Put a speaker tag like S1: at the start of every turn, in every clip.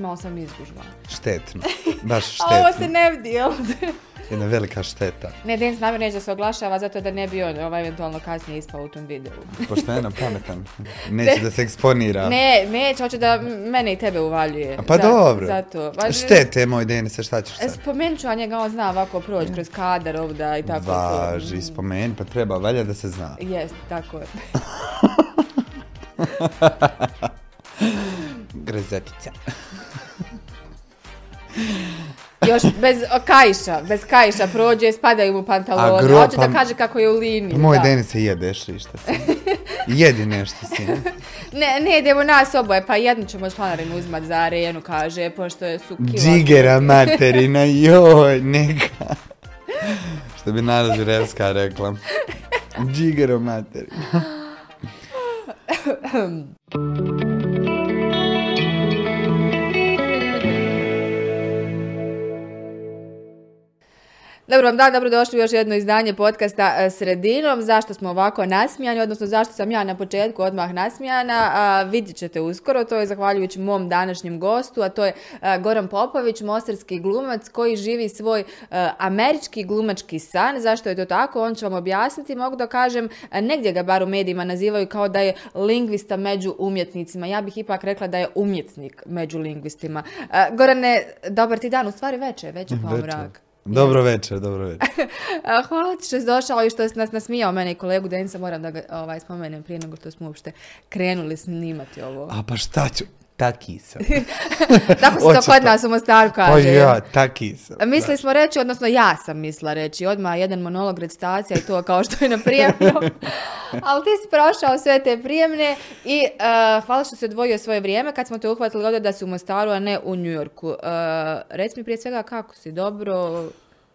S1: Malo sam izgužba.
S2: Štetno. Baš
S1: A ovo se
S2: štetno.
S1: ne vidi ovdje.
S2: Jedna velika šteta.
S1: Ne, Denis namjerno neće da se oglašava zato da ne bi on ovaj, eventualno kasnije ispao u tom videu.
S2: Pošto je nam pametan. Neće da se eksponira.
S1: Ne, neće, hoće da m- mene i tebe uvaljuje.
S2: A Pa
S1: Za-
S2: dobro.
S1: Zato. E,
S2: Štete, moj Denise, šta ćeš sad?
S1: Spomenut ću, a njega on zna ovako proći kroz kadar ovdje i tako. to.
S2: Važi, spomeni, pa treba, valja da se zna.
S1: Jest, tako je.
S2: Grezetica.
S1: Još bez o, kajša, bez kajša prođe, spadaju mu pantalone.
S2: A gro-
S1: Hoće da
S2: pa-
S1: kaže kako je u liniji.
S2: Pa moj
S1: da.
S2: Denise jedeš li šta si? Jedi nešto si.
S1: Ne, ne, idemo nas oboje, pa jednu ćemo članarinu uzmat za arenu, kaže, pošto je su kila.
S2: Džigera materina, joj, neka. Što bi Nara Žirevska rekla. Džigero materina.
S1: Dobro vam dan, dobrodošli u još jedno izdanje podcasta e, Sredinom. Zašto smo ovako nasmijani, odnosno zašto sam ja na početku odmah nasmijana, a, vidjet ćete uskoro. To je zahvaljujući mom današnjem gostu, a to je e, Goran Popović, mostarski glumac koji živi svoj e, američki glumački san. Zašto je to tako? On će vam objasniti. Mogu da kažem, e, negdje ga bar u medijima nazivaju kao da je lingvista među umjetnicima. Ja bih ipak rekla da je umjetnik među lingvistima. E, Gorane, dobar ti dan, u stvari pa večer, već je
S2: Večer.
S1: pomrak.
S2: Dobro večer, dobro večer.
S1: A, Hvala ti što si došao i što si nas nasmijao mene i kolegu Denisa, moram da ga ovaj, spomenem prije nego što smo uopšte krenuli snimati ovo.
S2: A pa šta ću? Taki sam.
S1: Tako se to
S2: očito.
S1: kod nas u Mostaru
S2: Pa
S1: kaže.
S2: ja, Znači. taki sam.
S1: Misli smo reći, odnosno ja sam mislila reći, odmah jedan monolog recitacija i to kao što je na prijemno. Ali ti si prošao sve te prijemne i e, hvala što si odvojio svoje vrijeme kad smo te uhvatili ovdje da si u Mostaru, a ne u Njujorku. Uh, reci mi prije svega kako si, dobro?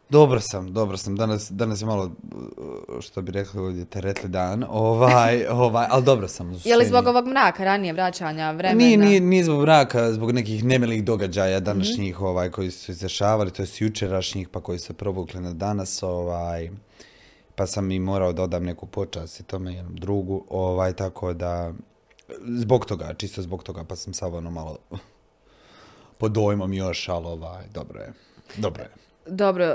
S2: Dobro sam, dobro sam. Danas, danas je malo, uh, što bi rekli ovdje, teretli dan. Ovaj, ovaj, ali dobro sam.
S1: Je li
S2: suštini.
S1: zbog ovog mraka ranije vraćanja vremena? Mhm.
S2: Nije, nije, nije zbog mraka, zbog nekih nemilih događaja današnjih ovaj, koji su se izdešavali, to jest jučerašnjih pa koji su se provukli na danas, ovaj, pa sam i morao da odam neku počast i tome jednom drugu, ovaj, tako da zbog toga, čisto zbog toga, pa sam sad ono malo pod dojmom još, ali ovaj, dobro je, dobro je.
S1: Dobro, e,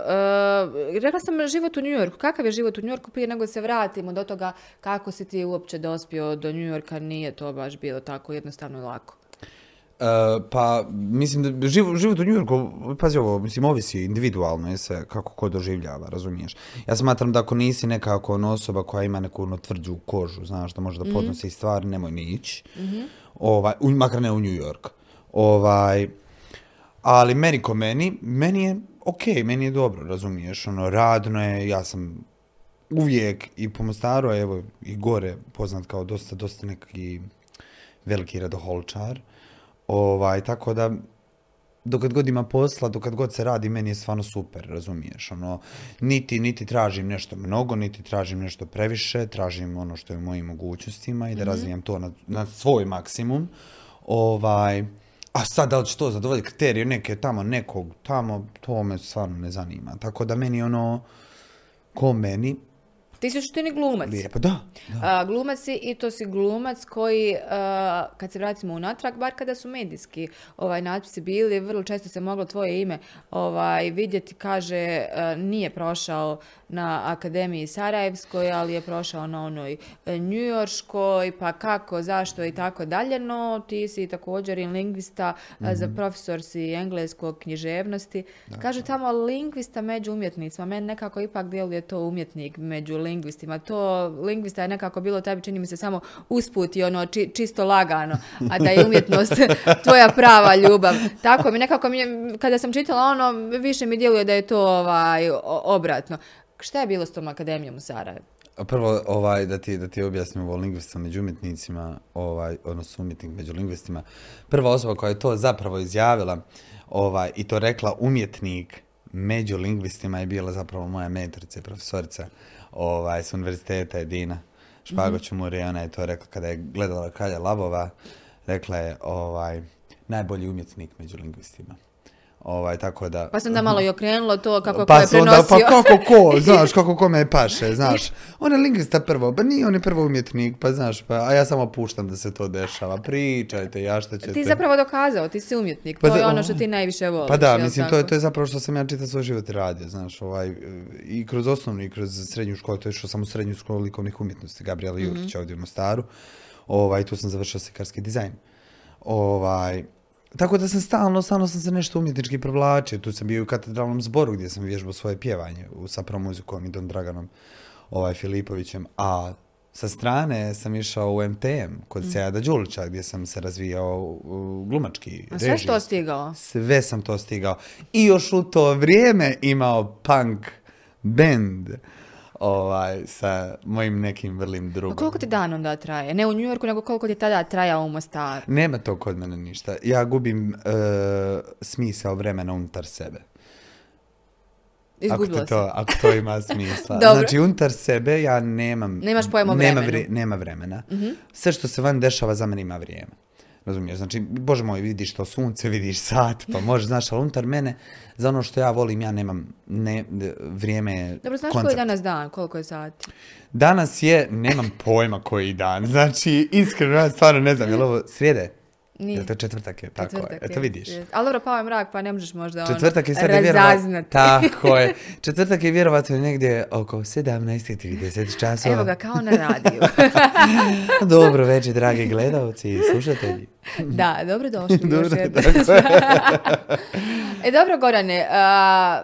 S1: rekla sam život u Njujorku. Kakav je život u Njujorku prije nego se vratimo do toga kako si ti uopće dospio do Njujorka? Nije to baš bilo tako jednostavno i lako.
S2: E, pa, mislim, da živ- život u Njujorku, pazi ovo, mislim, ovisi individualno je sve kako ko doživljava, razumiješ. Ja smatram da ako nisi nekako ono osoba koja ima neku ono tvrđu kožu, znaš, da može da podnosi i stvari, nemoj ni ići. Ovaj, u- makar ne u New York. Ovaj, ali meni ko meni, meni je ok, meni je dobro, razumiješ, ono, radno je, ja sam uvijek i po Mostaru, a evo i gore poznat kao dosta, dosta neki veliki radoholčar. Ovaj, tako da, dokad god ima posla, dokad god se radi, meni je stvarno super, razumiješ. Ono, niti, niti tražim nešto mnogo, niti tražim nešto previše, tražim ono što je u mojim mogućnostima i da razvijam to na, na svoj maksimum. Ovaj, a sad da li će to zadovoljiti kriteriju neke tamo, nekog tamo, to me stvarno ne zanima. Tako da meni ono, ko meni,
S1: Ti si u suštini glumac.
S2: lijepo, da.
S1: A, glumac si i to si glumac koji, a, kad se vratimo unatrag, bar kada su medijski ovaj, natpisi bili, vrlo često se moglo tvoje ime ovaj, vidjeti, kaže, a, nije prošao na Akademiji Sarajevskoj, ali je prošao na onoj e, njujorškoj, pa kako, zašto i tako dalje, no ti si također i lingvista, a, za profesor si engleskog književnosti.
S2: Dakle.
S1: Kažu tamo lingvista među umjetnicima, meni nekako ipak djeluje to umjetnik među lingvistima. To lingvista je nekako bilo tebi, čini mi se samo usput i ono či- čisto lagano, a da je umjetnost tvoja prava ljubav. Tako mi nekako, mi je- kada sam čitala ono, više mi djeluje da je to ovaj, o- obratno. Šta je bilo s tom akademijom u Sarajevu?
S2: A Prvo, ovaj, da ti, da ti objasnim ovo lingvista među umjetnicima, ovaj, odnosno umjetnik među lingvistima. Prva osoba koja je to zapravo izjavila ovaj, i to rekla umjetnik među lingvistima je bila zapravo moja mentorica i profesorica ovaj, s univerziteta Edina Špagoć mm ona je to rekla kada je gledala Kralja Labova, rekla je ovaj, najbolji umjetnik među lingvistima. Ovaj, tako da...
S1: Pa sam da malo i okrenulo to kako je ko
S2: Pa
S1: je
S2: se onda, pa
S1: prenosio.
S2: kako ko, znaš, kako kome paše, znaš. On je lingvista prvo, pa nije on je prvo umjetnik, pa znaš, pa, a ja samo puštam da se to dešava. Pričajte, ja šta ćete.
S1: Ti zapravo dokazao, ti si umjetnik,
S2: Pa
S1: to je
S2: za-
S1: ono što ti najviše voliš.
S2: Pa da,
S1: jel
S2: mislim, to je,
S1: tako?
S2: to je zapravo što sam ja čitav svoj život i radio, znaš, ovaj, i kroz osnovnu i kroz srednju školu, to je što sam u srednju školu likovnih umjetnosti, Gabriela
S1: Mhm.
S2: Jurića ovdje u Mostaru, ovaj, tu sam završio slikarski dizajn. Ovaj, tako da sam stalno, stalno sam se nešto umjetnički provlačio, tu sam bio i u katedralnom zboru gdje sam vježbao svoje pjevanje u, sa promuzikom i Don Draganom ovaj, Filipovićem, a sa strane sam išao u MTM kod
S1: Mhm.
S2: Sejada Đulića gdje sam se razvijao uh, glumački
S1: A sve što stigao?
S2: sve sam to stigao. I još u to vrijeme imao punk band ovaj, sa mojim nekim vrlim
S1: Pa
S2: drugom.
S1: koliko ti dan onda traje? Ne u New Yorku, nego koliko ti je tada trajao u Mostaru?
S2: Nema to kod mene ništa. Ja gubim e, smisao vremena unutar sebe.
S1: Izgubilo
S2: ako,
S1: se.
S2: to, ako to ima smisla.
S1: Dobro.
S2: Znači, unutar sebe ja nemam...
S1: Nemaš pojma o
S2: nema
S1: vremenu. Mhm.
S2: nema vremena. Sve što se van dešava za mene ima vrijeme. Razumiješ? Znači, bože moj, vidiš to sunce, vidiš sat, pa možeš, znaš, ali unutar mene, za ono što ja volim, ja nemam ne, d- vrijeme je
S1: Dobro, znaš koji je
S2: koncept.
S1: danas dan, koliko je sati?
S2: Danas je, nemam pojma koji dan. Znači, iskreno, ja stvarno ne znam, je li ovo srijede?
S1: Nije.
S2: Jel to četvrtak je, tako
S1: Četvrtak
S2: je. Eto vidiš.
S1: je. Ali dobro, pao je mrak, pa ne možeš možda ono
S2: Četvrtak je sad je vjerovatno...
S1: razaznati.
S2: Tako je. Četvrtak je vjerovatno negdje oko 17.30 časova.
S1: Evo ga, kao na radiju.
S2: Dobro večer, dragi gledalci i slušatelji.
S1: da, dobro došli.
S2: Dobro,
S1: još jednom. e, dobro, Gorane, a,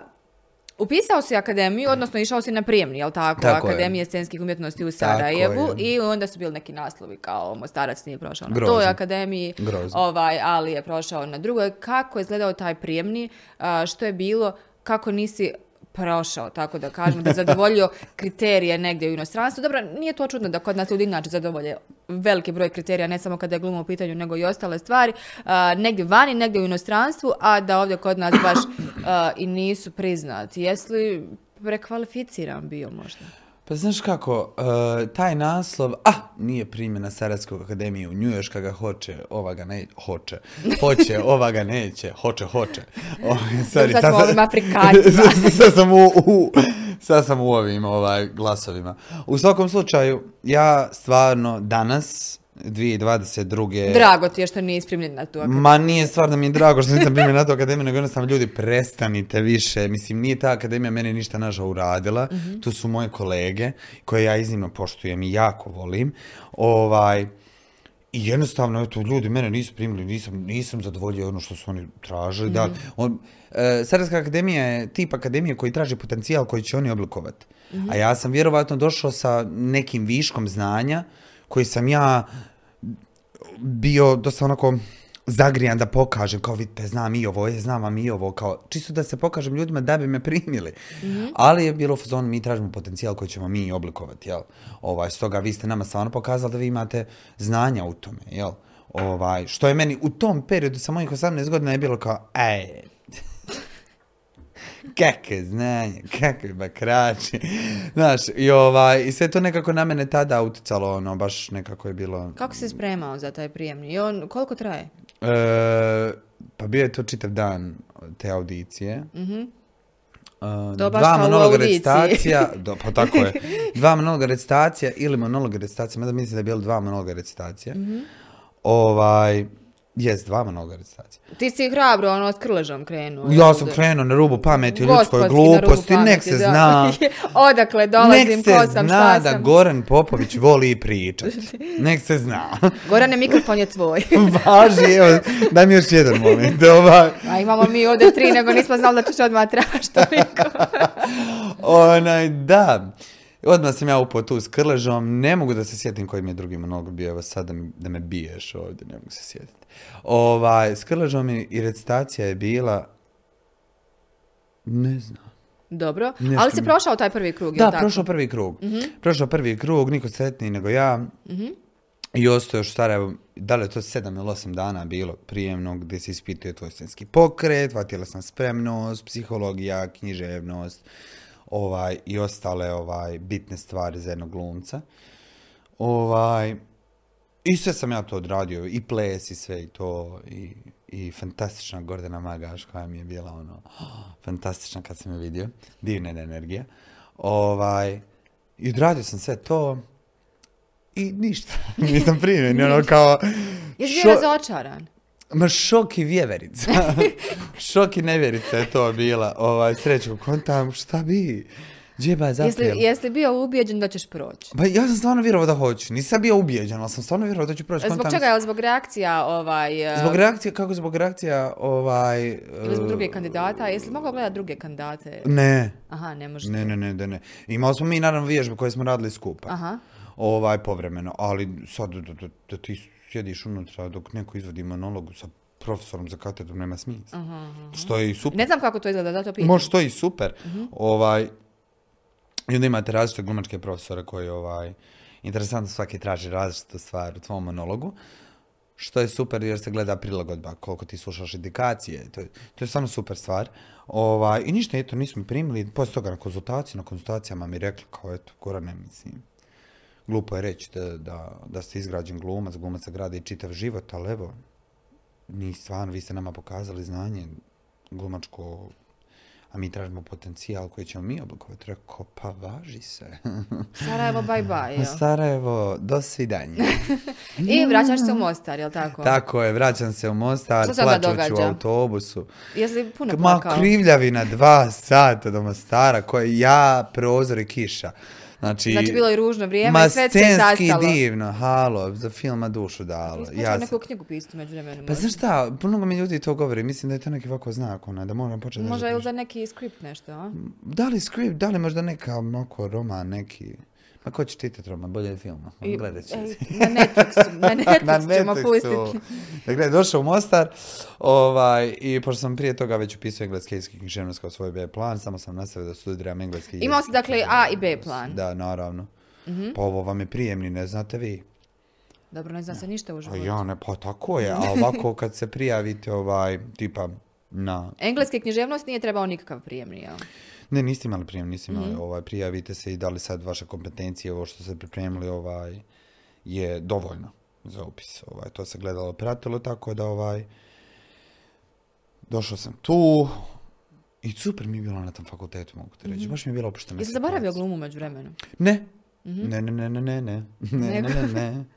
S1: upisao si akademiju, odnosno išao si na prijemni, jel tako?
S2: Tako je.
S1: Akademije scenskih umjetnosti u
S2: Tako
S1: Sarajevu
S2: je.
S1: i onda su bili neki naslovi kao Mostarac nije prošao na
S2: Grozno.
S1: toj akademiji,
S2: Grozno.
S1: ovaj, ali je prošao na drugoj. Kako je izgledao taj prijemni, a, što je bilo, kako nisi prošao, tako da kažem, da je zadovoljio kriterije negdje u inostranstvu. Dobro, nije to čudno da kod nas ljudi inače zadovolje veliki broj kriterija, ne samo kada je gluma u pitanju, nego i ostale stvari, a, negdje vani, negdje u inostranstvu, a da ovdje kod nas baš a, i nisu priznati. Jesi li prekvalificiran bio možda?
S2: Pa znaš kako, e, taj naslov, a, nije primjena Sarajevskog akademije u Njujorka ga hoće, ova ga ne, hoće, hoće, ova ga neće, hoće, hoće. O, sorry,
S1: sad smo
S2: sam-
S1: ovim Afrikancima.
S2: sad sam u, u, sad sam u ovim ovaj, glasovima. U svakom slučaju, ja stvarno danas, 2022.
S1: Drago ti je što nisi primljen na tu akademiju.
S2: Ma nije stvar da mi je drago što nisam primio na tu akademiju, nego jednostavno ljudi prestanite više. Mislim, nije ta akademija mene ništa naža uradila.
S1: Mhm.
S2: Tu su moje kolege, koje ja iznimno poštujem i jako volim. Ovaj, I jednostavno, eto, ljudi mene nisu primili, nisam, nisam zadovoljio ono što su oni tražili.
S1: Mhm.
S2: Da, on, e, Sarajevska akademija je tip akademije koji traži potencijal koji će oni oblikovati.
S1: Mhm.
S2: A ja sam vjerovatno došao sa nekim viškom znanja koji sam ja bio dosta onako zagrijan da pokažem, kao vidite, znam i ovo, je, znam vam i ovo, kao čisto da se pokažem ljudima da bi me primili. Ali je bilo u fazonu, mi tražimo potencijal koji ćemo mi oblikovati, jel? Ovaj, stoga vi ste nama stvarno pokazali da vi imate znanja u tome, jel? Ovaj, što je meni u tom periodu sa mojih 18 godina je bilo kao, ej, kakve znanje, kakve bakrače. Znaš, i, ovaj, i sve to nekako na mene tada utjecalo, ono, baš nekako je bilo...
S1: Kako si se spremao za taj prijemni? I on, koliko traje?
S2: E, pa bio je to čitav dan te audicije. E,
S1: To baš
S2: dva
S1: Mhm. kao u
S2: monologa
S1: audiciji.
S2: recitacija, do, pa tako je. Dva monologa recitacija ili monologa recitacija, mada mislim da je bilo dva monologa recitacija.
S1: Mhm.
S2: Ovaj, jest, dva monologa recitacija.
S1: Ti si hrabro, ono, s krležom krenuo.
S2: Ja
S1: jel
S2: sam
S1: da?
S2: krenuo na rubu pameti, u
S1: Gospodski
S2: ljudskoj
S1: na rubu
S2: gluposti, nek
S1: pameti, da.
S2: se zna.
S1: Odakle dolazim,
S2: Nek se
S1: ko sam,
S2: zna
S1: šta
S2: da
S1: sam.
S2: Goran Popović voli pričati. Nek se zna.
S1: Gorane, mikrofon je tvoj.
S2: Važi, evo, daj mi još jedan moment. Ovaj.
S1: A imamo mi ovdje tri, nego nismo znali da ćeš odmah tražiti toliko.
S2: Onaj, da. Odmah sam ja upao tu s krležom, ne mogu da se sjetim koji mi je drugi monolog bio, evo sad da, mi- da me biješ ovdje, ne mogu se sjetiti. Ovaj, s krležom i, i recitacija je bila, ne znam.
S1: Dobro,
S2: Nešto
S1: ali si
S2: mi-
S1: prošao taj prvi krug, jel
S2: Da,
S1: tako? Mhm.
S2: prošao prvi krug. Prošao prvi krug, niko sretniji nego ja. I ostao još u Sarajevu, da li je to sedam ili osam dana bilo prijemnog gdje se ispituje tvoj scenski pokret, vatila sam spremnost, psihologija, književnost ovaj, i ostale ovaj bitne stvari za jednog glumca. Ovaj, I sve sam ja to odradio, i ples i sve i to. I i fantastična Gordana Magaš koja mi je bila ono fantastična kad sam je vidio, divna je energija. Ovaj, I odradio sam sve to i ništa, nisam primjen, ono kao...
S1: Jesi
S2: šo-
S1: bio razočaran?
S2: Ma šok i vjeverica. šok i nevjerica je to bila. Ovaj, sreću, kontam, šta bi? Džeba je
S1: Jesi,
S2: zaprijela.
S1: jesi bio ubijeđen da ćeš proći?
S2: Ba, ja sam stvarno vjerovao da hoću. Nisam bio ubijeđen, ali sam stvarno vjerovao da ću proći.
S1: Zbog
S2: Kontam-
S1: čega? Jel zbog reakcija ovaj... e,
S2: Zbog reakcije, kako zbog reakcija, ovaj...
S1: Ili zbog
S2: eh,
S1: druge kandidata? Jesi li mogla gledati druge kandidate?
S2: Ne,
S1: Aha, ne možeš.
S2: ne, ne, ne, da ne. Imali smo mi, naravno, vježbe koje smo radili skupa.
S1: Aha.
S2: Ovaj, povremeno. Ali sad, da, da- da ti sjediš unutra dok neko izvodi monolog sa profesorom za katedrom, nema smisla. Što je i super.
S1: Ne znam kako to izgleda, zato pitam.
S2: Može to i super. Ovaj, I onda imate različite glumačke profesore koji ovaj, interesantno svaki traži različitu stvar u tvom monologu. Što je super jer se gleda prilagodba, koliko ti slušaš indikacije, to je, to je samo super stvar. Ovaj, I ništa, eto, nisu mi primili, poslije toga na konzultaciji, na konzultacijama mi rekli kao, eto, Gorane, mislim, glupo je reći da, da, da ste izgrađen glumac, glumac se gradi čitav život, ali evo, ni stvarno, vi ste nama pokazali znanje glumačko, a mi tražimo potencijal koji ćemo mi oblikovati. Rekao, pa važi se.
S1: Sarajevo, bye bye. jel?
S2: Sarajevo, do svidanja.
S1: E, I vraćaš se u Mostar, jel tako?
S2: Tako je, vraćam se u Mostar,
S1: Što se onda
S2: plaćući u
S1: događa?
S2: autobusu.
S1: Jesi puno
S2: Ma
S1: plakao?
S2: krivljavina dva sata do Mostara, koje ja, prozor i kiša. Znači,
S1: Znači bilo je ružno vrijeme
S2: ma
S1: i sve se je
S2: scenski
S1: sastalo.
S2: divno, halo, za filma dušu dala.
S1: Jesi počeo
S2: Ja sam-
S1: neku knjigu pisati među vremenom?
S2: Pa znaš šta, puno mi ljudi to govori, mislim da je to neki ovako znak, ona, da moram početi nešto
S1: Možda
S2: da
S1: ili
S2: pišem.
S1: za neki skript nešto, a?
S2: Da li script, da li možda neka onako roman, neki... Ma ko će čitati roman, bolje je film, ono,
S1: I-
S2: gledat će.
S1: Ej, Na Netflixu, na
S2: na
S1: Netflix ćemo
S2: Netflixu.
S1: pustiti.
S2: Dakle, došao u Mostar ovaj, i pošto sam prije toga već upisao engleski jezik i književnost kao svoj B plan, samo sam nastavio da studiram engleski jezik.
S1: Imao si dakle A i B plan. Mhm.
S2: Da, naravno. Pa ovo vam je prijemni, ne znate vi.
S1: Dobro, ne zna se ništa u
S2: Pa
S1: životu.
S2: ja ne, pa tako je, a ovako kad se prijavite ovaj, tipa na
S1: Engleske književnost nije trebao nikakav prijemni, jel?
S2: Ne, niste imali prijem, niste imali.
S1: Mhm.
S2: Ovaj, prijavite se i da li sad vaše kompetencije, ovo što ste pripremili, ovaj, je dovoljno za upis. Ovaj, to se gledalo, pratilo, tako da ovaj, došao sam tu i super mi je bilo na tom fakultetu, mogu ti reći. Baš mi je bilo opušteno.
S1: Mhm. Jesi zaboravio Mhm. glumu među vremenom?
S2: Ne. Ne, ne, ne, ne, ne, ne, ne, ne,
S1: Nego-
S2: ne, ne.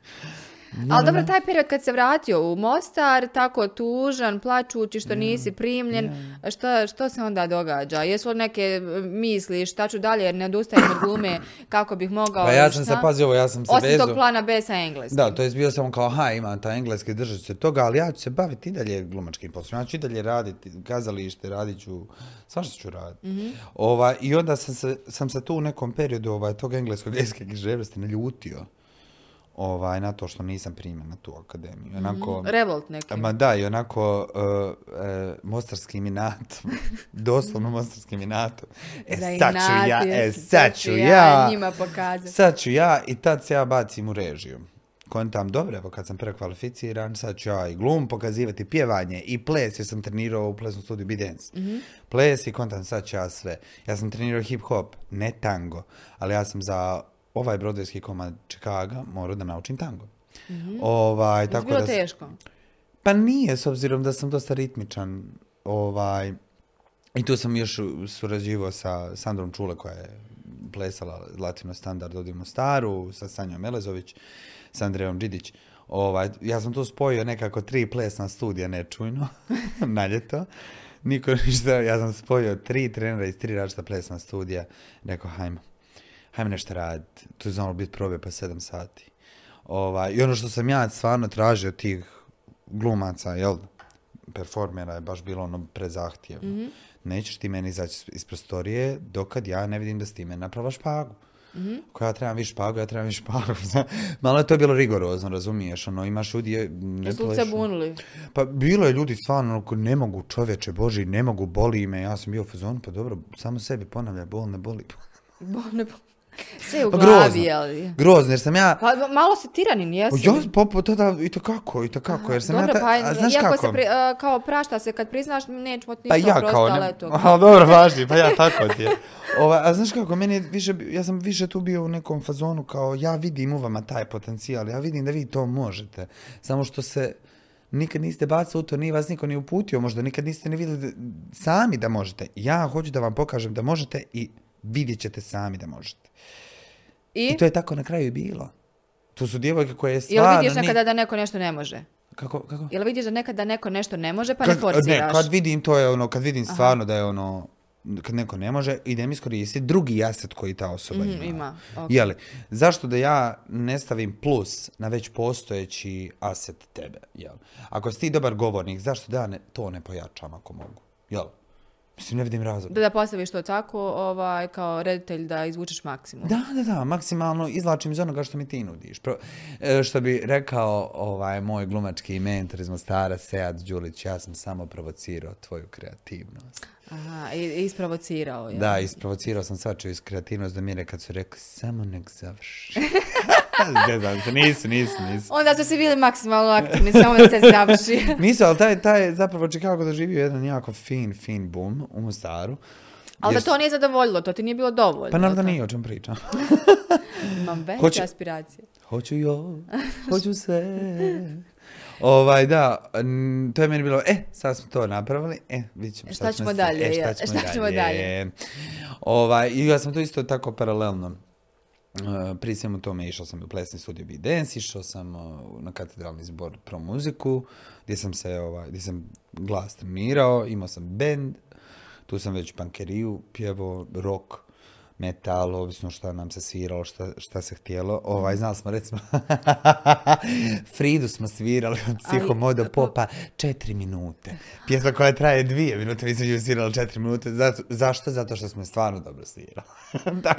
S1: Ali dobro, taj period kad se vratio u Mostar, tako tužan, plačući što nisi primljen, Šta, što se onda događa? Jesu li neke e, misli šta ću dalje jer ne odustajem od glume kako bih mogao...
S2: Pa ja
S1: i
S2: sam se
S1: šta?
S2: pazio, ovo, ja sam se
S1: Osim tog
S2: vezao.
S1: plana B sa engleskim.
S2: Da, to je bio samo kao, aha, imam taj engleski, držat ću se toga, ali ja ću se baviti i dalje glumačkim poslom. Ja ću i dalje raditi kazalište, radit ću, svašta ću raditi. Ovaj, I onda sam se, sam se tu u nekom periodu ovaj, tog engleskog jezika književnosti naljutio ovaj, na to što nisam primjen na tu akademiju. Onako,
S1: Mm, Revolt neki.
S2: Ma da, i onako uh, uh, mostarskim inatom, doslovno mostarskim inatom. E sad ću ja, e
S1: Zainatio si,
S2: sad ću ja.
S1: njima pokazati.
S2: Sad ću ja i tad se ja bacim u režiju. Kontam, dobro, evo kad sam prekvalificiran, sad ću ja i glum pokazivati pjevanje i ples, jer sam trenirao u plesnom studiju Be Dance. Ples i kontam, sad ću ja sve. Ja sam trenirao hip hop, ne tango, ali ja sam za ovaj brodovski komad Čikaga morao da naučim tango. Ovaj,
S1: Jesi
S2: tako
S1: bilo
S2: da s-
S1: teško?
S2: pa nije, s obzirom da sam dosta ritmičan. Ovaj, I tu sam još surađivao sa Sandrom Čule koja je plesala Latino standard ovdje u Mostaru, sa Sanjom Elezović, sa Andrejom Đidić. Ovaj, ja sam tu spojio nekako tri plesna studija nečujno na ljeto. Niko ništa, ja sam spojio tri trenera iz tri različita plesna studija. Rekao, hajmo, hajmo nešto raditi. Tu je znalo biti probe po sedam sati. Ovaj, I ono što sam ja stvarno tražio od tih glumaca, jel, performera je baš bilo ono prezahtjevno.
S1: Mhm.
S2: Nećeš ti meni izaći iz prostorije dokad ja ne vidim da s time napravaš špagu.
S1: Mhm.
S2: Ako ja trebam više špagu, ja trebam više špagu. Malo je to bilo rigorozno, razumiješ, ono, imaš ljudi, ne
S1: Jesu li se
S2: plešu.
S1: bunili?
S2: Pa bilo je ljudi stvarno, ono, ko ne mogu čovječe, boži, ne mogu, boli me, ja sam bio u fazonu, pa dobro, samo sebi ponavlja, bol ne boli.
S1: Bo- ne bo- Sve u
S2: Pa
S1: glavi,
S2: grozno,
S1: jel?
S2: grozno, jer sam ja,
S1: Pa malo si tiranin,
S2: Pa
S1: jesi?
S2: Ja, pa, pa to da, i to kako, i to kako, jer sam
S1: Dobro,
S2: ja ta,
S1: pa,
S2: a, znaš
S1: iako
S2: kako?
S1: se pri- a, kao prašta se, kad priznaš, nećemo ti
S2: pa
S1: ništa
S2: ja
S1: oprosti,
S2: kao,
S1: ali
S2: ne,
S1: eto.
S2: a, dobro, važi, pa ja tako ti je. Ovaj, a znaš kako, meni je više, bi- ja sam više tu bio u nekom fazonu kao, ja vidim u vama taj potencijal, ja vidim da vi to možete, samo što se nikad niste bacili u to, nije vas niko ni uputio, možda nikad niste ni vidjeli da- sami da možete. Ja hoću da vam pokažem da možete i vidjet ćete sami da možete.
S1: I,
S2: I to je tako na kraju i bilo. Tu su djevojke koje
S1: jel
S2: stvarno...
S1: vidiš
S2: ni-
S1: nekada da neko nešto ne može?
S2: Kako, kako?
S1: Jel vidiš da nekada neko nešto ne može pa ne
S2: Kad-
S1: forsiraš?
S2: Ne, kad vidim to je ono, kad vidim stvarno da je ono, kad neko ne može, idem iskoristiti drugi aset koji ta osoba
S1: Mhm,
S2: ima.
S1: ima, ok.
S2: Jeli, zašto da ja ne stavim plus na već postojeći aset tebe? Jel? Ako si ti dobar govornik, zašto da ja ne, to ne pojačam ako mogu? Jel? Mislim, ne vidim razloga.
S1: Da, da postaviš to tako, ovaj, kao reditelj da izvučeš maksimum.
S2: Da, da, da, maksimalno izlačim iz onoga što mi ti nudiš. Pro- e, što bi rekao ovaj moj glumački mentor iz Mostara, Sead Đulić, ja sam samo provocirao tvoju kreativnost.
S1: Aha, i, i isprovocirao je.
S2: Da, isprovocirao sam svačiju iz kreativnost do mjere kad su rekli samo nek završi. Zezam se, nisu, nisu, nisu.
S1: Onda su svi bili maksimalno aktivni, samo da se završi.
S2: Nisu, ali taj, taj zapravo Chicago doživio jedan jako fin, fin boom u Mostaru.
S1: Ali da
S2: Jer-
S1: to nije zadovoljilo, to ti nije bilo dovoljno.
S2: Pa naravno
S1: jel
S2: da nije o čem pričam.
S1: tako? Imam veće
S2: Hoće-
S1: aspiracije.
S2: Hoću jo, hoću sve. ovaj, da, n- to je meni bilo, e, sad smo to napravili, e, vidit ćemo
S1: Šta ćemo
S2: se-
S1: dalje,
S2: e, šta
S1: je,
S2: ćemo,
S1: šta ćemo
S2: dalje.
S1: dalje.
S2: Ovaj, I ja sam to isto tako paralelno. Uh, pri svemu tome išao sam i u plesni studio Be Dance, išao sam uh, na katedralni zbor pro muziku, gdje sam se, ovaj, gdje sam glas trenirao, imao sam band, tu sam već pankeriju pjevao, rock, metal, ovisno šta nam se sviralo, šta, šta se htjelo. Ovaj, znali smo recimo, Fridu smo svirali od Psihomodo Popa četiri minute. Pjesma koja traje dvije minute, mi smo ju svirali četiri minute. Zato- zašto? Zato što smo je stvarno dobro svirali.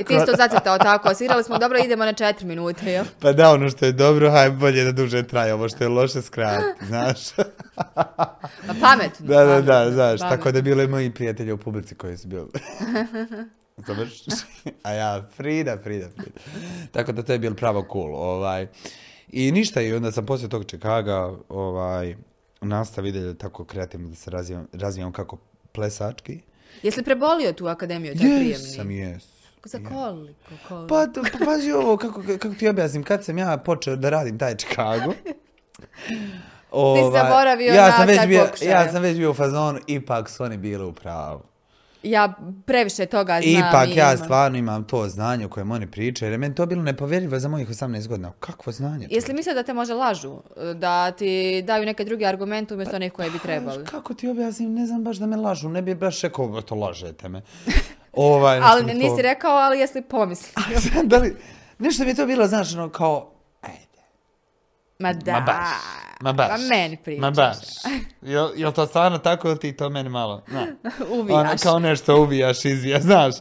S1: I ti isto zacrtao tako, svirali smo dobro, idemo na četiri minute, jel?
S2: Pa da, ono što je dobro, aj bolje da duže traje, ovo što je loše skrati, znaš.
S1: Pa pametno.
S2: Da, da, da,
S1: pametno,
S2: znaš,
S1: pametno.
S2: tako da bilo je moji prijatelji u publici koji su bili. Završ. A ja, Frida, Frida, Frida. Tako da to je bilo pravo cool. Ovaj. I ništa, i onda sam poslije tog Čikaga ovaj, nastav vidjeli tako kreativno da se razvijam, razvijam kako plesački.
S1: Jesi li prebolio tu akademiju, taj prijemni?
S2: Jesam, jes.
S1: Za koliko, koliko?
S2: Pa, to- pa pazi ovo, kako, kako ti objasnim, kad sam ja počeo da radim taj Chicago, ovaj,
S1: zaboravio
S2: ja
S1: na
S2: sam već
S1: taj
S2: bio,
S1: pokušaj.
S2: Ja sam već bio u fazonu, ipak su oni bili u pravu.
S1: Ja previše toga znam.
S2: Ipak
S1: i
S2: ja
S1: imam.
S2: stvarno imam to znanje o kojem oni pričaju, jer je meni to bilo nepovjerljivo za mojih 18 godina. Kakvo znanje? čovječe?
S1: Jesi li mislio da te možda lažu? Da ti daju neke druge argumente umjesto onih koje bi trebali?
S2: Kako ti objasnim, ne znam baš da me lažu, ne bi baš rekao, "O, to lažete me. Ovaj, nešto
S1: Ali
S2: mi to-
S1: nisi rekao, ali jesi li pomislio?
S2: da li, nešto mi je to bilo, znaš, ono, kao,
S1: Ma da. pa
S2: Ma baš. Ma baš.
S1: meni pričaš.
S2: Ma baš. Jel, jel to stvarno tako ili ti to meni malo? Na.
S1: Uvijaš.
S2: Ono, kao nešto uvijaš, izvija, znaš.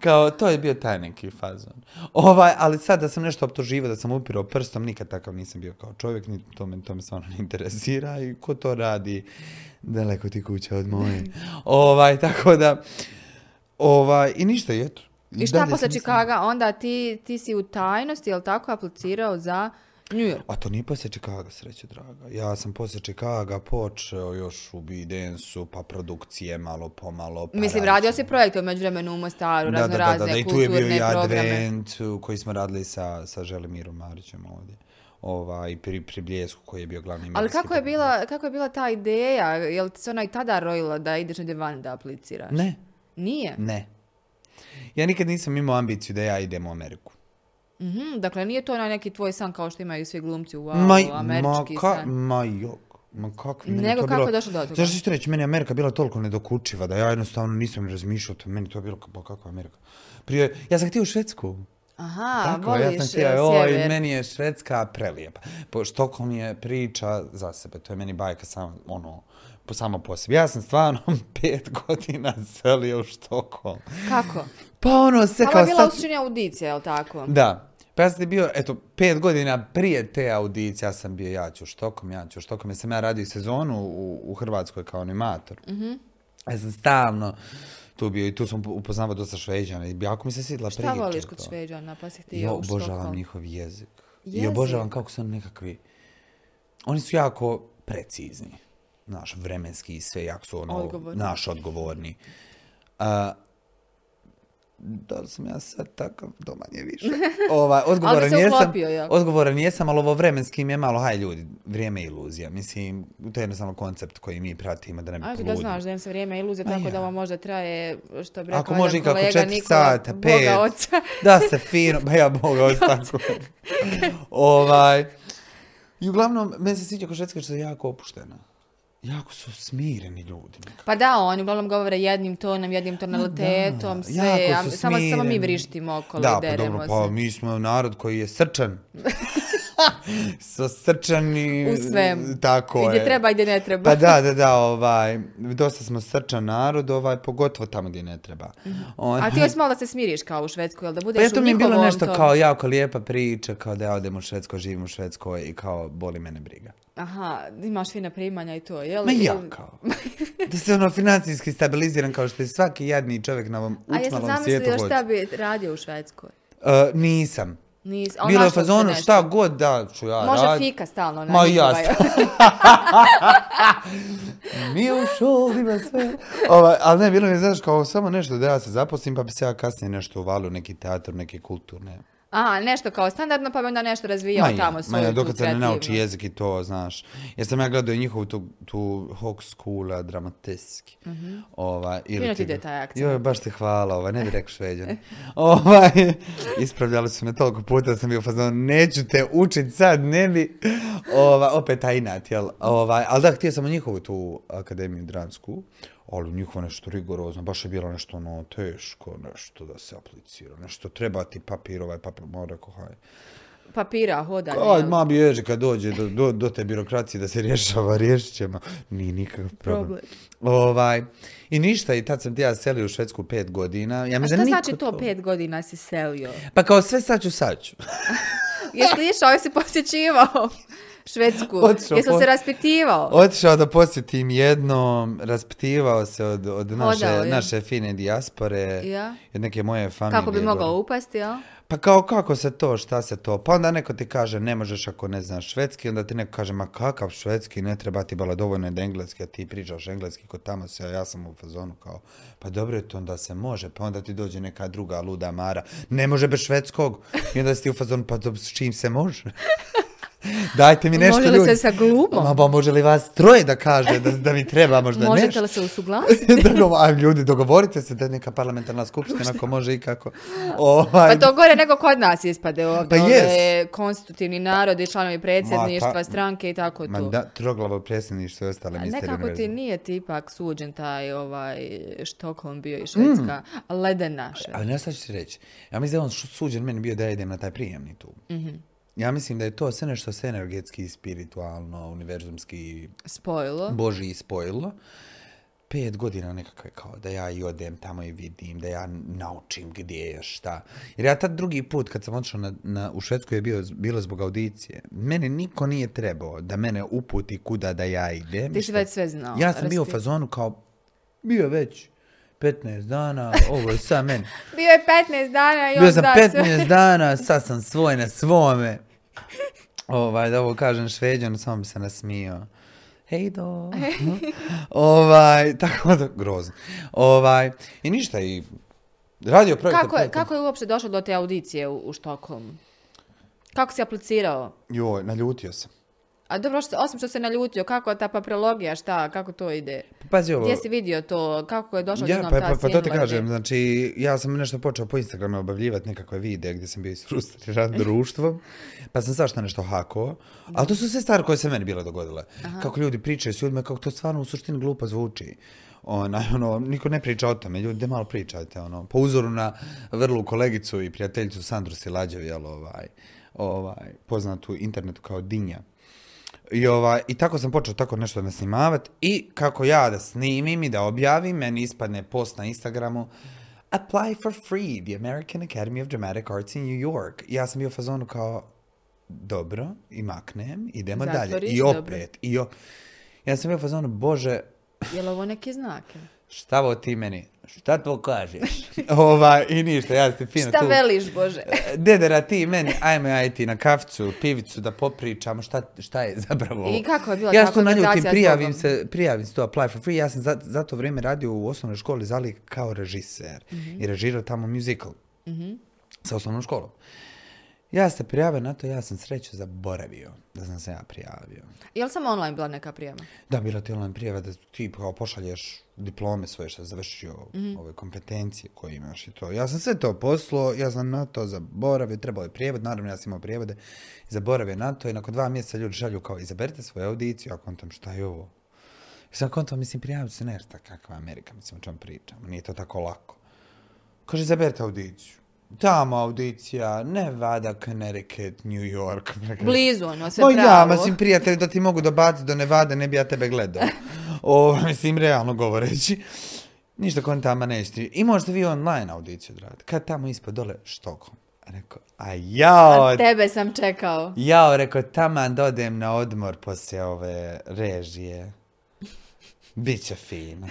S2: Kao, to je bio taj neki fazon. Ovaj, ali sad da sam nešto optuživao, da sam upirao prstom, nikad takav nisam bio kao čovjek, ni to me, to me stvarno ne interesira i ko to radi, daleko ti kuća od moje. ovaj, tako da, ovaj, i ništa, i eto.
S1: I šta
S2: dalje
S1: posle
S2: sam mislio-
S1: Čikaga? Onda ti, ti si u tajnosti, jel tako, aplicirao za New York?
S2: A to nije poslije Čikaga, sreće draga. Ja sam poslije Čikaga počeo još u Bidensu, pa produkcije malo pomalo. Pa
S1: Mislim,
S2: radit
S1: radio
S2: ćemo.
S1: si projekte u međuvremenu u Mostaru,
S2: Da,
S1: razno
S2: da, da,
S1: razne
S2: da, da, i tu je bio
S1: kulturne
S2: i
S1: programe.
S2: Advent u- koji smo radili sa, sa Želimirom Marićem ovdje. Ovaj, pri, pri Bljesku koji je bio glavni
S1: Ali
S2: medijski
S1: kako je,
S2: partner.
S1: bila, kako je bila ta ideja? Jel ti se ona i tada rojila da ideš na divan da apliciraš?
S2: Ne,
S1: Nije?
S2: ne. Ja nikad nisam imao ambiciju da ja idem u Ameriku.
S1: Mhm, dakle, nije to onaj neki tvoj san kao što imaju svi glumci u
S2: ma,
S1: wow, američki
S2: ma, ka-
S1: san.
S2: ma jok. Ma kako, meni
S1: Nego
S2: to
S1: kako
S2: bilo-
S1: je došlo do toga?
S2: Znaš što ću ti reći, meni je Amerika bila toliko nedokučiva da ja jednostavno nisam razmišljao o tome. meni to je bilo kako, kako Amerika. Prije, ja sam htio u Švedsku.
S1: Aha,
S2: Tako,
S1: voliš
S2: ja sam
S1: eh,
S2: htio, oj,
S1: sjever.
S2: meni je Švedska prelijepa. Po, Štokholm je priča za sebe, to je meni bajka samo, ono, po, samo po sebi. Ja sam stvarno pet godina selio u Štokholm.
S1: Kako?
S2: Pa ono, se
S1: Tamo
S2: kao
S1: je bila
S2: sad...
S1: učinja audicija, jel tako?
S2: Da. Pa ja sam ti bio, eto, pet godina prije te audicije, ja sam bio, ja ću u Štokom, ja ću u Štokom, jer sam ja radio i sezonu u, u Hrvatskoj kao animator.
S1: Mhm.
S2: Ja sam stalno tu bio i tu sam upoznavao dosta Šveđana i jako mi se svidjela priča.
S1: Šta voliš kod
S2: to.
S1: Šveđana, pa si ti
S2: Ja
S1: u
S2: obožavam
S1: Štokholm?
S2: njihov jezik. I
S1: Jezik?
S2: obožavam kako su oni nekakvi... Oni su jako precizni. Naš vremenski i sve, jako su ono...
S1: Odgovorni.
S2: Naš odgovorni. Uh, da li sam ja sad takav, to manje više. Ovaj, odgovoran
S1: se
S2: jesam,
S1: uklopio jako.
S2: odgovoran jesam, ali ovo vremenski mi je malo, haj ljudi, vrijeme je iluzija. Mislim, to je jednostavno koncept koji mi pratimo da ne bi
S1: Ajde da
S2: poludili.
S1: znaš da im se vrijeme iluzija,
S2: Ma
S1: tako da
S2: Pa ja.
S1: ovo možda traje, što bi rekao
S2: Ako može i
S1: jedan
S2: kako
S1: kolega,
S2: četiri
S1: Nikola,
S2: sata,
S1: Boga
S2: pet.
S1: oca.
S2: Da se fino, ba ja boga ostako. ovaj. I uglavnom, meni se sviđa Košetska što je jako opuštena. Jako su smireni ljudi.
S1: Pa da, oni uglavnom govore jednim tonom, jednim tonalitetom, sve, a
S2: jako su
S1: samo, samo mi
S2: smireni.
S1: vrištimo okolo
S2: da,
S1: i
S2: pa
S1: deremo
S2: dobro, pa
S1: se.
S2: mi smo narod koji je srčan. so srčani...
S1: U svemu.
S2: Tako je.
S1: Gdje treba i gdje ne treba.
S2: Pa da, da, da, ovaj, dosta smo srčan narod, ovaj, pogotovo tamo gdje ne treba. On-
S1: Mhm. A ti još malo da se smiriš kao u Švedskoj, jel da budeš
S2: Pa eto
S1: u
S2: mi je bilo
S1: njihovom
S2: nešto
S1: tom?
S2: kao jako lijepa priča, kao da ja odem u Švedskoj, živim u Švedskoj i kao boli mene briga.
S1: Aha, imaš fina primanja i to, jel?
S2: Ma ja
S1: Ili-
S2: kao. Da se ono financijski stabiliziran kao što je svaki jadni čovjek na ovom
S1: A jesam
S2: učmalom svijetu
S1: zamislio
S2: hoće.
S1: šta bi radio u Švedskoj?
S2: E, nisam.
S1: Nis, ali
S2: Bilo je u
S1: našlo bi se
S2: fazonu
S1: nešto.
S2: šta god da ću ja
S1: Može
S2: radit.
S1: fika stalno. onaj,
S2: Ma
S1: Nikolaj.
S2: jasno. Mi u šoldima sve. Ovaj, ali ne, bilo mi je, znaš, kao samo nešto da ja se zaposlim, pa bi se ja kasnije nešto uvalio, neki teatr, neke kulturne.
S1: A, nešto kao standardno, pa bi onda nešto razvijao
S2: ja,
S1: tamo svoju
S2: ja,
S1: tu
S2: dokad se ne nauči
S1: kreativnost.
S2: jezik i to, znaš. Jer sam ja gledao i njihovu tu, tu hawk schoola, dramateski. Ova, ili
S1: Fino Mhm. ti
S2: ti-
S1: ide taj akcent.
S2: Joj, baš ti hvala, ovaj, ne bi rekao šveđan. ovaj, ispravljali su me toliko puta da sam bio fazon, neću te učit sad, ne bi. Ova, opet taj inat, jel? Ovaj, ali da, htio sam u njihovu tu akademiju dramsku, ali njihovo nešto rigorozno, baš je bilo nešto ono teško, nešto da se aplicira, nešto treba ti papir, ovaj papir, mora rekao, haj.
S1: Papira, hoda.
S2: Aj, ma bježi kad dođe do, do, do te birokracije da se rješava, riješit ćemo. Nije nikakav problem.
S1: Problem.
S2: Ovaj, I ništa, i tad sam ti ja selio u Švedsku pet godina. Ja
S1: A
S2: mislim
S1: šta
S2: da niko
S1: znači to pet godina si selio?
S2: Pa kao sve sad ću, sad ću.
S1: Jesi li išao, jesi posjećivao Švedsku?
S2: Otišao
S1: Jesi li
S2: po-
S1: se raspitivao?
S2: Otišao da posjetim jednom, raspitivao se od, od naše,
S1: Hodao je.
S2: naše fine dijaspore,
S1: Ja.
S2: od neke moje familije.
S1: Kako bi
S2: gore.
S1: mogao upasti, jel?
S2: Pa kao kako se to, šta se to? Pa onda neko ti kaže ne možeš ako ne znaš švedski, onda ti neko kaže ma kakav švedski, ne treba ti bala dovoljno je da engleski, a ti pričaš engleski kod tamo se, a ja sam u fazonu kao pa dobro je to onda se može, pa onda ti dođe neka druga luda Mara, ne može bez švedskog i onda si ti u fazonu pa dobro, s čim se može? Dajte mi nešto
S1: Može li
S2: ljudi.
S1: se sa glumom?
S2: Ma, pa može li vas troje da kaže da, da mi treba možda
S1: Možete
S2: nešto?
S1: li se usuglasiti?
S2: Dogovo- a ljudi, dogovorite se da neka parlamentarna skupština ako može i kako. Ovaj,
S1: Pa to gore nego kod nas ispade ovdje.
S2: Pa
S1: Ovdje
S2: jest.
S1: je konstitutivni narod i članovi predsjedništva,
S2: Ma, pa-
S1: stranke i tako
S2: Ma
S1: tu.
S2: da, troglavo predsjedništvo i ostale
S1: A
S2: misterije
S1: nekako ti
S2: univerzuma.
S1: nije ti ipak suđen taj ovaj Štokholm bio i Švedska,
S2: Mm.
S1: ledena Švedska.
S2: Ali ne sad ću ti reći. Ja mislim da je on su- suđen meni bio da ja idem na taj prijemni tu.
S1: Mhm.
S2: Ja mislim da je to sve nešto se energetski, spiritualno, univerzumski,
S1: Spojilo.
S2: boži spojilo. Pet godina nekako je kao da ja i odem tamo i vidim, da ja naučim gdje je šta. Jer ja tad drugi put kad sam otišao na, na, u Švedsku je bio, bilo zbog audicije. Mene niko nije trebao da mene uputi kuda da ja idem.
S1: Ti
S2: i
S1: si
S2: šta
S1: već sve znao.
S2: Ja sam bio u
S1: Rasti.
S2: fazonu kao, bio je već 15 dana, ovo je sad meni.
S1: Bio je 15 dana i
S2: Bio
S1: onda
S2: sam
S1: sve-
S2: 15 dana, sad sam svoj na svome. Ovaj, da ovo kažem šveđan, samo bi se nasmio. Hej do. ovaj, tako da, grozno. Ovaj, i ništa, i radio projekte.
S1: Kako, je, kako je uopće došlo do te audicije u, u Štokholmu? Kako si aplicirao?
S2: Joj, naljutio sam.
S1: A dobro, što, osim što se naljutio, kako ta papirologija, šta, kako to ide?
S2: Pa Pazi ovo.
S1: Gdje si vidio to, kako je došlo
S2: Ja,
S1: odjednom
S2: pa,
S1: ta
S2: pa, pa to ti
S1: sjenila
S2: kažem,
S1: ideja?
S2: znači ja sam nešto počeo po Instagramu objavljivati nekakve videe gdje sam bio isfrustriran društvom, pa sam svašta nešto hako, ali to su sve stvari koje se meni bile dogodile. Kako ljudi pričaju s ljudima, kako to stvarno u suštini glupo zvuči. Ona, ono, niko ne priča o tome, ljudi, de malo pričajte, ono, po uzoru na vrlu kolegicu i prijateljicu Sandru Silađev, jel, ovaj, ovaj, poznatu internetu kao Dinja. I, ovaj, I tako sam počeo tako nešto da snimavat i kako ja da snimim i da objavim, meni ispadne post na Instagramu Apply for free, the American Academy of Dramatic Arts in New York. I ja sam bio u fazonu kao, dobro, i maknem, idemo dalje.
S1: Zatvoriš,
S2: I
S1: dobro.
S2: opet, i o... Ja sam bio u fazonu, bože,
S1: Jel ovo neki znak?
S2: šta ovo ti meni? Šta to kažeš? ovaj, I ništa, ja ste fino
S1: Šta
S2: tu.
S1: veliš, Bože?
S2: Dedera, ti i meni, ajme aj ti na kaficu, pivicu da popričamo šta, šta je zapravo. ovo.
S1: I kako je bila
S2: ja
S1: ta
S2: se tu naljutim,
S1: konverzacija s
S2: prijavim
S1: Bogom?
S2: se, prijavim se to Apply for Free. Ja sam za, za to vrijeme radio u osnovnoj školi Zalik kao režiser
S1: Mhm.
S2: i režirao tamo musical sa osnovnom školom. Ja se prijavio na to, ja sam sreće zaboravio da sam se ja prijavio.
S1: Jel sam online bila neka prijema?
S2: Da, bila ti online prijava da ti kao pošalješ diplome svoje što si završio, ove kompetencije koje imaš i to. Ja sam sve to poslao, ja sam na to zaboravio, trebao je prijevod, naravno ja sam imao prijevode, zaboravio na to i nakon dva mjeseca ljudi šalju kao izaberite svoju audiciju, ja kontam šta je ovo. I sam kontam, mislim, prijavit se nešto, kakva Amerika, mislim, o čem pričam, nije to tako lako. Kaže, izaberite audiciju. Tamo audicija, Nevada, Connecticut, New York.
S1: Blizu, ono, sve
S2: Ma ja,
S1: pravo.
S2: mislim, prijatelj, da ti mogu dobaciti do Nevade, ne bi ja tebe gledao. Ovo, mislim, realno govoreći. Ništa kontama nećete. I možete vi online audiciju odraditi. Kad tamo ispod dole, Štokholm. Rekao, a jao,
S1: A tebe sam čekao.
S2: jao, rekao, taman da odem na odmor poslije ove režije. Biće fino.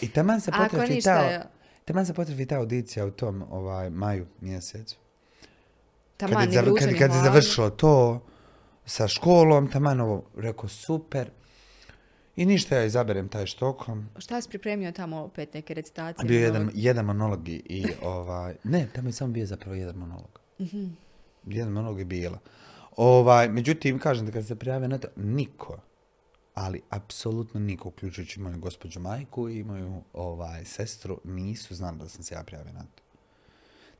S2: I taman se
S1: Ako
S2: potrefi
S1: ništa,
S2: ta,
S1: ja.
S2: taman se potrefi ta audicija u tom ovaj, maju mjesecu
S1: Taman,
S2: kad je,
S1: ni
S2: zav-
S1: vruće,
S2: kad,
S1: ni
S2: kad je
S1: hladno.
S2: završilo to sa školom, taman ovo, rekao super. I ništa, ja izaberem taj štokom.
S1: Šta si pripremio tamo opet neke recitacije?
S2: Bio je jedan,
S1: monolog?
S2: jedan monolog i- i ovaj... Ne, tamo je samo bio zapravo jedan monolog.
S1: Mhm.
S2: Jedan monolog je bila. Ovaj, međutim, kažem da kad se prijave na to, niko, ali apsolutno niko, uključujući moju gospođu majku i moju ovaj, sestru, nisu znali da sam se ja prijavio na to.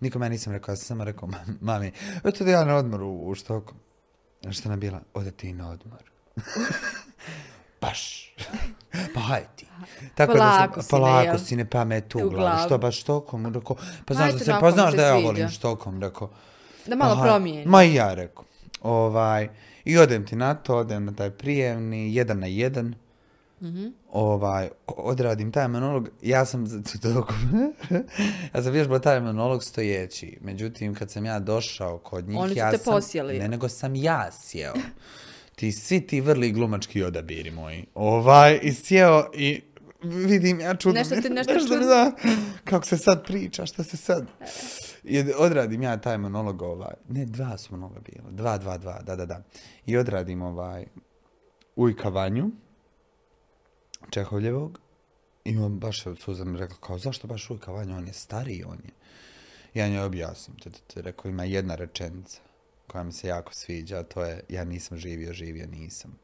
S2: Nikom ja nisam rekao, ja sam samo rekao, "Ma- mami, eto da ja na odmor u, u štoku. Znaš šta nam bila? Ode ti na odmor. Baš. Pa hajde ti. Tako
S1: Polako
S2: da sam,
S1: sine,
S2: polako
S1: jel?
S2: si ne pamet
S1: U
S2: u glavu.
S1: glavu.
S2: Što baš štokom? Rekao,
S1: Ma,
S2: pa znaš da,
S1: eto,
S2: se, pa
S1: nakon
S2: znaš
S1: se
S2: da ja
S1: sviđa.
S2: volim štokom, rekao.
S1: Da malo
S2: "Aha,
S1: promijeni.
S2: Ma i ja rekao. Ovaj, I odem ti na to, odem na taj prijemni, jedan na jedan.
S1: Mhm.
S2: Ovaj, o- odradim taj monolog, ja sam za- za to- ja sam vježbao taj monolog stojeći, međutim kad sam ja došao kod njih,
S1: Oni su
S2: ja
S1: te
S2: sam,
S1: posjeli.
S2: ne nego sam ja sjeo. Ti svi ti vrli glumački odabiri moji. Ovaj, i sjeo i vidim, ja čudno
S1: Nešto
S2: mi-
S1: ti- nešto
S2: mi
S1: čudno.
S2: da, kako se sad priča, šta se sad... I odradim ja taj monolog ovaj, ne, dva su monologa bilo, dva, dva, dva, da, da, da. I odradim ovaj, ujka Vanju, Čehovljevog, i on baš je od suza mi rekao, kao, zašto baš ujka Vanju, on je stariji, on je. Ja njoj objasnim, te, te, te, rekao, ima jedna rečenica koja mi se jako sviđa, a to je, ja nisam živio, živio nisam.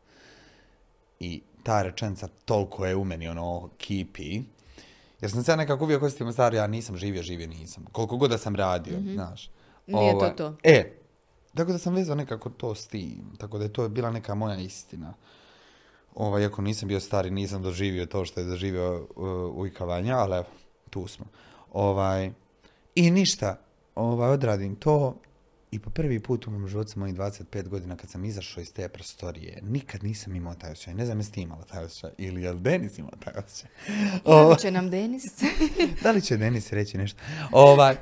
S2: I ta rečenica toliko je u meni, ono, kipi. Jer sam se ja nekako uvijek osjetio staro, ja nisam živio, živio nisam. Koliko god da sam radio, znaš.
S1: Mhm. Nije to
S2: Ovaj,
S1: to.
S2: E, tako da sam vezao nekako to s tim. Tako da je to bila neka moja istina. Ovaj, iako nisam bio stari, nisam doživio to što je doživio uh, Ujka Vanja, ali evo, tu smo. Ovaj, I ništa, ovaj, odradim to i po prvi put u mom životu sa mojih 25 godina kad sam izašao iz te prostorije, nikad nisam imao taj osjećaj. Ne znam jesi ti imala taj osjećaj ili je li Denis imao taj osjećaj. Ovaj,
S1: Javit će nam Denis.
S2: da li će Denis reći nešto? Ovaj,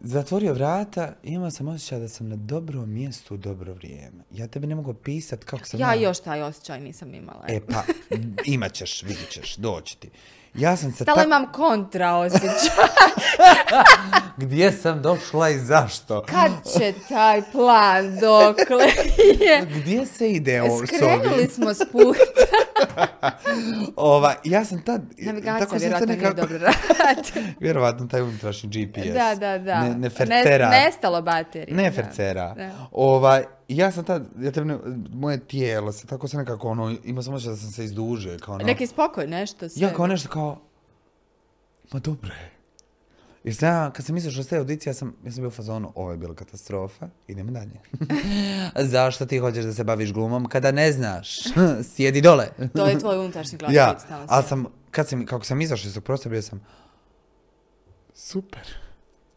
S2: zatvorio vrata i imao sam osjećaj da sam na dobrom mjestu u dobro vrijeme. Ja tebe ne mogu pisati kako sam...
S1: ja još taj osjećaj nisam imala.
S2: E pa, imat ćeš, vidit ćeš, doći ti. Ja sam se
S1: Stalo
S2: tak-
S1: imam kontra osjećaj.
S2: Gdje sam došla i zašto?
S1: Kad će taj plan dokle je?
S2: Gdje se ide o s ovim?
S1: Skrenuli smo s puta.
S2: Ova, ja sam tad... tako
S1: Navigacija
S2: sam se
S1: vjerojatno nije
S2: nekako-
S1: dobro radi.
S2: Vjerovatno taj unutrašnji GPS.
S1: Da, da, da.
S2: Ne, ne
S1: Nes-
S2: fertera.
S1: Nestalo baterije. da.
S2: Ne fercera.
S1: Da.
S2: Ovaj, ja sam tad, ja te, moje tijelo se tako sam nekako ono, imao sam osjećaj da sam se izdužio. Kao ono,
S1: Neki spokoj, nešto sve.
S2: ja kao nešto kao, ma dobro je. Jer sam ja, kad sam izašao s te audicije, ja sam, ja sam bio u fazonu, ovo je bila katastrofa, idemo dalje. Zašto ti hoćeš da se baviš glumom kada ne znaš? Sjedi dole.
S1: To je tvoj unutrašnji glas.
S2: ja,
S1: stalno
S2: ali
S1: se-
S2: sam, kad sam, kako sam izašao iz tog prostora, bio sam, super.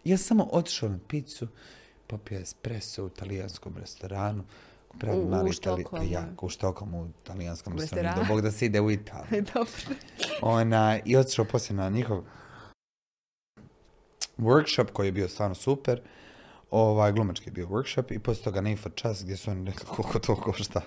S2: Ja sam samo otišao na picu, popio espresso u talijanskom restoranu, pravi
S1: U- u
S2: mali tali-
S1: Štokholmu.
S2: ja, u Štokholmu, u talijanskom restoranu,
S1: Restoranu.
S2: do Bog da se ide u Italiju.
S1: Dobro.
S2: Ona, I otišao poslije na njihov workshop koji je bio stvarno super. Ovaj, glumački je bio workshop i poslije toga na info čas gdje su oni rekli koliko to košta.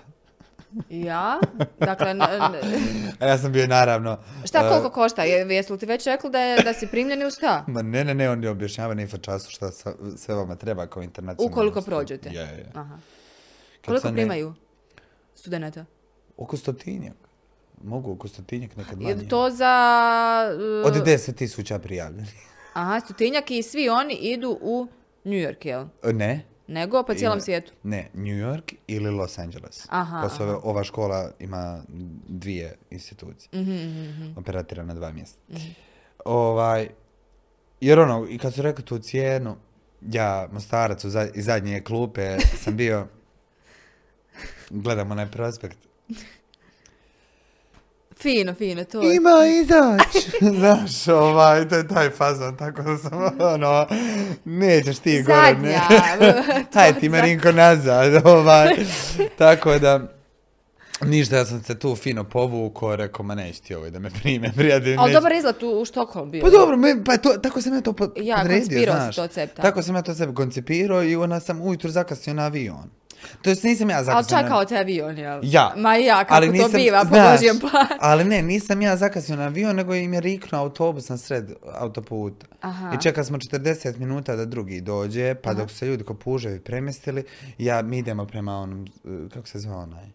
S1: Ja? Dakle, n- n-
S2: A ja sam bio naravno...
S1: šta
S2: e,
S1: koliko košta? Je- Jesu li ti već rekli da, je, da si primljen ili šta?
S2: eh, Ma ne, ne, ne, on je objašnjava na infočasu šta sa- sve vama treba kao internacionalno.
S1: Ukoliko prođete.
S2: Je, je.
S1: Aha.
S2: Kad
S1: Koliko
S2: sam ne-
S1: primaju studenata?
S2: Oko stotinjak. Mogu oko stotinjak nekad
S1: Je
S2: manje.
S1: to za... e,
S2: Od 10 tisuća prijavljenih.
S1: Aha, stotinjak i svi oni idu u New York, jel?
S2: Ne.
S1: Nego po cijelom
S2: Ili-
S1: svijetu.
S2: Ne, New York ili Los Angeles.
S1: Aha,
S2: Pa su ove- ova škola ima dvije institucije.
S1: Mhm,
S2: Operatira na dva mjesta. Ovaj, jer ono, i kad su rekli tu cijenu, ja, Mostarac, u za- iz zadnje klupe sam bio, gledam onaj prospekt.
S1: Fino, fino, to je.
S2: Ima izać! Znaš, ovaj, to je taj fazon, tako da sam, ono, nećeš ti gore, ne.
S1: Zadnja.
S2: Taj ti Marinko nazad, ovaj. Tako da, ništa, ja sam se tu fino povukao, rekao, ma neće ti ovo da me prime, prijatelj,
S1: Ali
S2: neće.
S1: dobar izlet u, u Štokholm bio.
S2: Pa dobro, me, pa to, tako sam ja to pod-
S1: Ja,
S2: podredio,
S1: koncipirao si
S2: znaš.
S1: to od sebe tako.
S2: Tako sam ja to sebi koncipirao i onda sam ujutro zakasnio na avion. To jest nisam ja zakasnio
S1: Ali
S2: na-
S1: čakao te avion, jel?
S2: Ja.
S1: Ma ja, kako
S2: ali
S1: to
S2: nisam,
S1: biva, po
S2: znaš,
S1: Božjem pa. planu.
S2: Ali ne, nisam ja zakasnio na avion, nego im je riknuo autobus na sred autoputa.
S1: Aha.
S2: I čekali smo 40 minuta da drugi dođe, pa dok su se ljudi ko puževi premjestili, ja, mi idemo prema onom, eh, kako se zove onaj,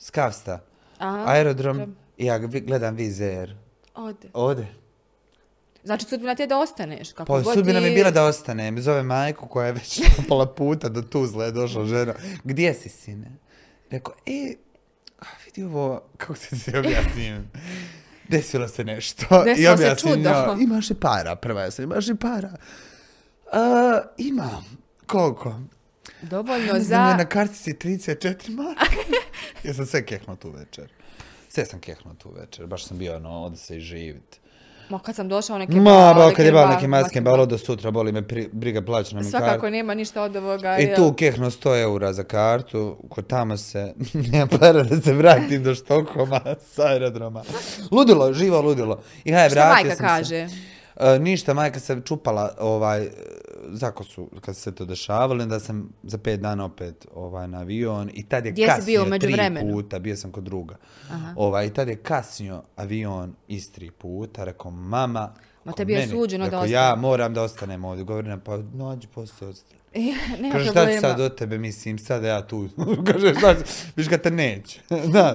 S2: Skavsta,
S1: Aha,
S2: aerodrom, i ja vi- gledam Vizer.
S1: Ode.
S2: Ode.
S1: Znači, sudbina ti je da ostaneš. Kako
S2: Pa
S1: god
S2: sudbina
S1: ti-
S2: mi je bila da ostanem. Zove majku koja je već pola puta do Tuzle je došla žena. Gdje si sine? Rekao, e, a vidi ovo, kako se ti objasnim. Desilo se nešto.
S1: Desilo
S2: I
S1: se
S2: objasnim
S1: čudo.
S2: njoj, imaš i para, prva ja sam, imaš i para. "A, imam. Koliko?
S1: Dovoljno
S2: Ne znam,
S1: za...
S2: na kartici 34 marka. ja sam sve kehnuo tu večer. Sve sam kehnuo tu večer. Baš sam bio ono, ode se i živit.
S1: Ma, kad sam došao neke...
S2: Ma, ba, kad je bal neki masken, bal do sutra, boli me pri- briga, plaća nam je
S1: Svakako
S2: karta.
S1: nema ništa od ovoga.
S2: I
S1: jel?
S2: tu kehno 100 eura za kartu, ko tamo se, nema para da se vratim do Štokoma sa aerodroma. Ludilo, živo ludilo. I haj,
S1: Šta
S2: vratio
S1: majka
S2: sam se.
S1: kaže?
S2: E, ništa, majka se čupala, ovaj, e, zako su, kad se to dešavalo, onda sam za pet dana opet ovaj, na avion i tad je
S1: Gdje si bio
S2: kasnio
S1: u međuvremenu?
S2: tri puta, bio sam kod druga. Ovaj, I tad je kasnio avion iz tri puta, rekao, mama,
S1: Ma
S2: ako
S1: tebi je suđeno da
S2: rekao, ja
S1: ostaneš."
S2: moram da ostanem ovdje. Govorim, pa nađi posao, ostani.
S1: Nema
S2: Kaže, šta ću
S1: problema.
S2: sad od tebe, mislim, sad ja tu. Kaže, šta ću, viš kad te neće. Znaš.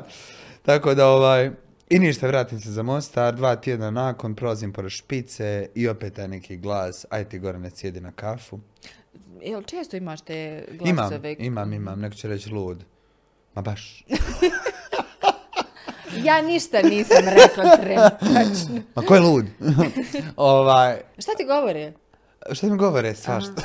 S2: Tako da, ovaj, i ništa, vratim se za Mostar, dva tjedna nakon, prolazim pored špice i opet taj neki glas, aj ti gore ne sjedi na kafu.
S1: Jel često imaš te
S2: Imam,
S1: glasove?
S2: imam, imam, neko će reći lud. Ma baš.
S1: Ja ništa nisam rekla trenutačno.
S2: Ma ko je lud? ovaj,
S1: Šta ti govore?
S2: šta mi govore svašta?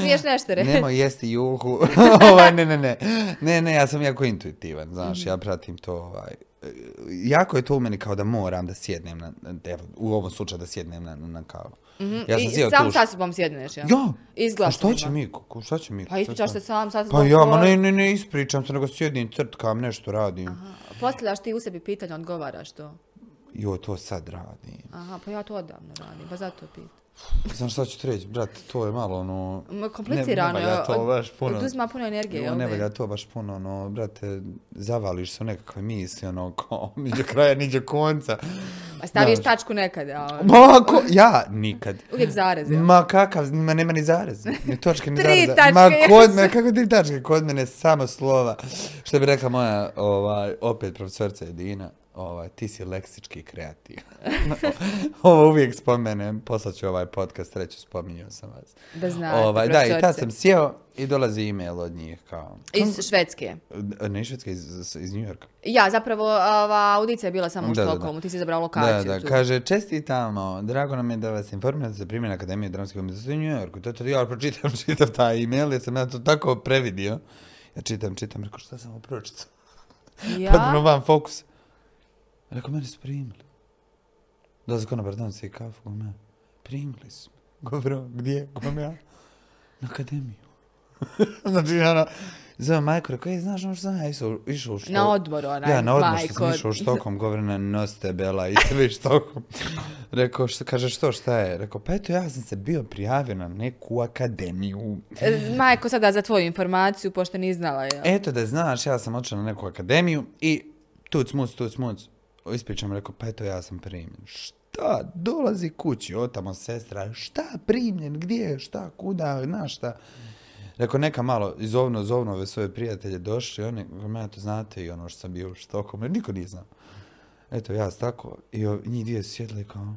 S1: Smiješ nešto reći?
S2: Nemoj jesti juhu. ovaj, ne, ne, ne. Ne, ne, ja sam jako intuitivan, znaš,
S1: Mhm.
S2: ja pratim to. Ovaj. e, Jako je to u meni kao da moram da sjednem, na, evo, u ovom slučaju da sjednem na, na kavu. Ja sam
S1: Mhm. I
S2: sjeo
S1: sam
S2: tu.
S1: sa sobom sjedneš, jel?
S2: Ja,
S1: Izglasno
S2: a šta će
S1: ima.
S2: Miko? Ko- Šta će Miko?
S1: Pa ispričaš se sam sa
S2: Pa
S1: sobom.
S2: ja, ma
S1: govor-
S2: ne, ne, ne, ispričam se, nego sjedim, crtkam, nešto radim.
S1: Aha, Postavljaš ti u sebi pitanje, odgovaraš to.
S2: Jo, to sad radim.
S1: Aha, pa ja to odavno radim, pa zato pitam.
S2: Znam šta ću ti reći, brate, to je malo ono...
S1: Ma, Komplicirano
S2: ne
S1: je.
S2: valja to
S1: od-
S2: baš puno.
S1: Oduzima puno energije,
S2: Jo,
S1: jel
S2: ne valja to baš puno, ono, brate, zavališ se u nekakve misli, ono, kao, niđe kraja, niđe konca.
S1: A staviš
S2: Znaš.
S1: tačku nekada, a ono,
S2: Ma, ako, ja, nikad.
S1: uvijek zarez, jel?
S2: Ma kakav, ma nema ni zarez, ni točke, ni
S1: Tri
S2: zareza.
S1: tačke,
S2: Ma
S1: ja
S2: kod
S1: sam-
S2: mene, kako tri tačke, kod mene samo slova. Što bi rekla moja, ovaj, opet profesorica Edina, ovaj, ti si leksički kreativ. Ovo uvijek spomenem, poslat ću ovaj podcast, reću spominjao sam vas.
S1: Da znate,
S2: ovaj, da, i tad
S1: profesorice.
S2: sam sjeo i dolazi e-mail od njih, kao,
S1: Iz Švedske.
S2: ne iz Švedske, iz, iz New Yorka.
S1: Ja, zapravo, ova audicija je bila samo u
S2: Da, da, da.
S1: Štokholmu, ti si izabrao
S2: Da,
S1: lokaciju
S2: da,
S1: tu.
S2: kaže, čestitamo, drago nam je da vas informiram da se primjena Akademije dramskih umjetnosti u New Yorku. To, to ja pročitam, čitam taj email, jer sam ja to tako previdio. Ja čitam, čitam, rekao, šta sam ovo pročitao? Potpuno
S1: Ja?
S2: van fokus. Rekao, mene su primili. Dolazi kona, pardon, se i kafu, govorim ja. Primili su. me." Govorim, gdje? Govorim ja. Na Akademiju. znači, ono, zove majku, rekao, ej, znaš ono što sam ja išao, išao u što...
S1: Na odmoru onaj,
S2: Ja, na odmor što sam
S1: majko.
S2: išao u Štokom, govori na nos te bela i sve Štokom. Rekao, što, kaže, što, šta je? Rekao, pa eto, ja sam se bio prijavio na neku akademiju.
S1: E, Majko, sada za tvoju informaciju, pošto ni znala je.
S2: Eto da znaš, ja sam otišao na neku akademiju i tuc muc, tuc muc. Ispričam, rekao, pa eto ja sam primljen. Šta? Dolazi kući, otamo sestra. Šta primljen? Gdje? Šta? Kuda? Na šta? Rekao, neka malo, izovno, zovno ove svoje prijatelje došli, oni, ja to znate i ono što sam bio u štokom, jer niko nije znao. Eto, ja sam tako, i o- njih dvije su sjedli kao,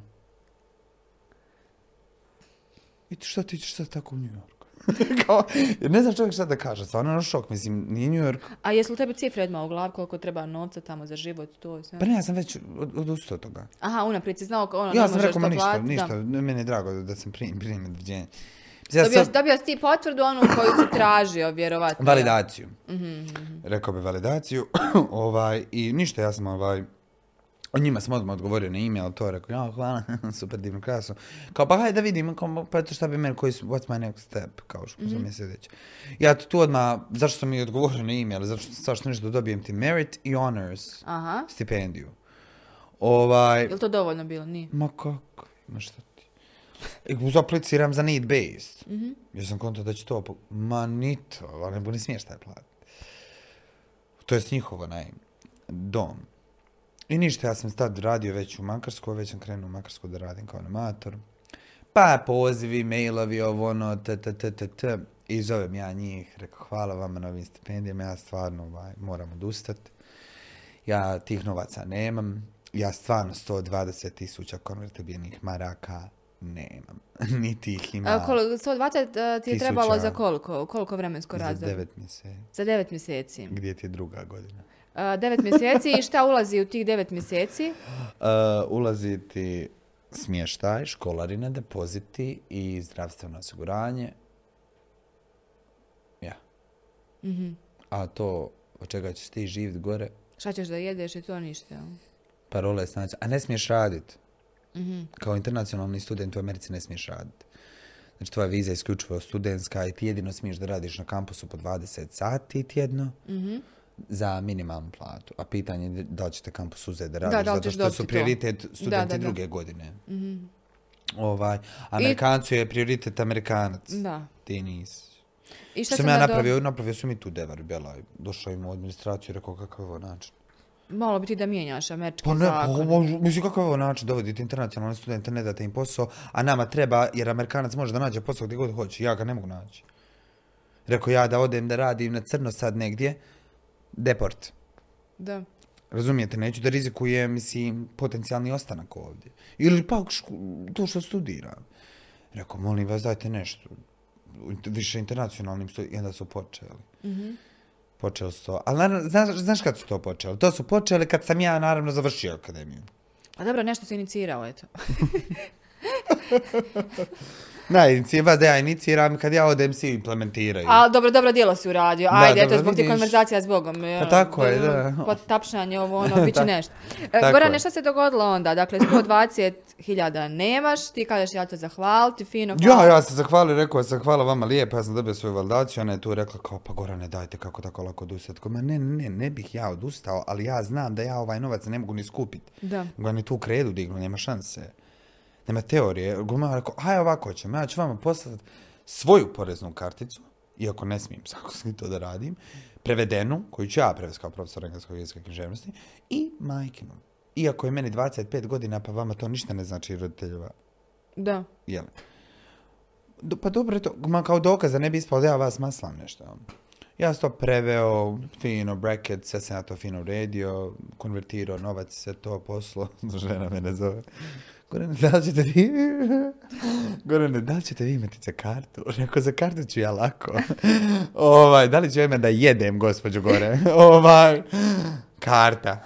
S2: i ti šta ti ćeš sad tako u New Yorku? kao, jer ne znam čovjek šta da kaže, stvarno je ono šok, mislim, nije New York.
S1: A jesu li tebi cifre odmah u glavi koliko treba novca tamo za život, to i sve?
S2: Pa ne, ja sam već od- odustao od toga.
S1: Aha, unaprijed si znao, ono, ne
S2: ja sam
S1: možeš
S2: rekao, ma
S1: to
S2: ništa,
S1: platit, da.
S2: ništa, ne, meni je drago da sam primim, primim odviđenje. Mislim, ja
S1: Dobio,
S2: sad-
S1: dobio si ti potvrdu onu koju si tražio, vjerovatno. Mhm,
S2: Validaciju. Rekao bi validaciju. ovaj, I ništa, ja sam ovaj... O njima sam odmah odgovorio na ime, ali to je rekao, ja, hvala, super divno, krasno. Kao, pa hajde da vidim, kao, pa eto šta bi meni, koji su, what's my next step, kao što
S1: Mhm.
S2: mm je sljedeće. Ja tu- tu odmah, zašto sam i odgovorio na ime, ali zašto, zašto nešto dobijem ti merit i honors
S1: Aha.
S2: stipendiju. Ovaj,
S1: Je li to dovoljno bilo? Nije.
S2: Ma kako, ma šta ti? I zapliciram za need based. Ja sam konto da će to... po- Ma ni to, ali ne bu ni smiješ taj plat. To je njihovo onaj dom. I ništa, ja sam tad radio već u Makarskoj, već sam krenuo u Makarsku da radim kao animator. Pa pozivi, mailovi, ovo ono, t, t, t, t, t. I zovem ja njih, rekao hvala vama na ovim stipendijama, ja stvarno ovaj, moram odustati ja tih novaca nemam, ja stvarno 120 tisuća konvertibilnih maraka nemam, niti ih ima
S1: A, kol, 120 a, e, ti je
S2: Tisuća.
S1: trebalo za koliko? Koliko vremensko
S2: za
S1: razdoblje?
S2: 9 mjeseci.
S1: Za devet mjeseci.
S2: Gdje ti je druga godina?
S1: A, devet mjeseci i šta ulazi u tih devet mjeseci?
S2: Uh, ulazi ti smještaj, školarina, depoziti i zdravstveno osiguranje. Ja. A to od čega ćeš ti živjeti gore,
S1: Šta ćeš da jedeš i to ništa. jel?
S2: parola je snaći, znači, a ne smiješ raditi. Kao internacionalni student u Americi ne smiješ raditi. Znači tvoja viza je isključivo studentska i ti jedino smiješ da radiš na kampusu po 20 sati tjedno za minimalnu platu. A pitanje je da li će te kampus uzeti da radiš,
S1: da li
S2: zato
S1: ćeš
S2: što
S1: dobiti
S2: su
S1: to.
S2: prioritet
S1: Da,
S2: studenti
S1: da, Mhm. da.
S2: druge godine. Ovaj, Amerikancu je prioritet Amerikanac.
S1: Da.
S2: Ti nisi.
S1: I šta
S2: Što sam
S1: sam
S2: ja
S1: da do-
S2: napravio? Napravio sam i tu devar, bjela. Došao im u administraciju i rekao kakav je ovo način.
S1: Malo bi ti da mijenjaš američki
S2: Pa ne, pa
S1: zakon.
S2: ovo- mislim kakav je ovo način dovoditi internacionalne studente, ne date im posao, a nama treba, jer Amerikanac može da nađe posao gdje god hoće, ja ga ne mogu naći. Rekao ja da odem da radim na crno sad negdje, deport.
S1: Da.
S2: Razumijete, neću da rizikujem, mislim, potencijalni ostanak ovdje. Ili pak šku- to što studiram. Rekao, molim vas, dajte nešto. u int- Više internacionalnim studijima. I onda su počeli. Počeli su to. Ali naravno, znaš, znaš kad su to počeli? To su počeli kad sam ja, naravno, završio akademiju.
S1: Pa dobro, nešto si inicirao, eto.
S2: Da, inici- vas da ja iniciram, kad ja odem svi implementiraju.
S1: A dobro, dobro djelo si uradio.
S2: E. Da,
S1: Ajde,
S2: dobro,
S1: eto, zbog ti
S2: vidiš.
S1: konverzacija s Bogom. e,
S2: Pa tako je, da.
S1: Potapšanje, ovo, ono, bit će
S2: Tak-
S1: nešto.
S2: tako
S1: E, Gorane,
S2: je.
S1: šta se dogodilo onda? Dakle, 120.000 nemaš, ti kažeš ja ću zahvaliti, fino, hvala.
S2: Ja, ja sam zahvalio, rekao sam hvala vama lijepo, ja sam dobio svoju validaciju, ona je tu rekla kao pa Gorane dajte kako tako lako odustati. Kao, ma ne, ne, ne bih ja odustao, ali ja znam da ja ovaj novac ne mogu ni skupiti.
S1: Da.
S2: Ga ni tu kredu dignu, nema šanse. Nema teorije. Guma rekao, aj ovako ćemo, ja ću vama poslati svoju poreznu karticu, iako ne smijem zakonski to da radim, prevedenu, koju ću ja prevesti kao profesor engleskog jezika i književnosti, i majkinu. Iako je meni 25 godina, pa vama to ništa ne znači roditeljeva
S1: Da.
S2: jel? Do- pa dobro, eto, ma kao dokaz da ne bi ispalo da ja vas maslam nešto. jel? Ja sam to preveo, fino, bracket, sve sam ja to fino uredio, konvertirao novac, sve to poslo, žena mene zove. Gorene, da li ćete vi... Gorene, da li ćete vi imati za kartu? Rekao, za kartu ću ja lako. ovaj, da li ću ja imati da jedem, gospođo Gore? ovaj, karta.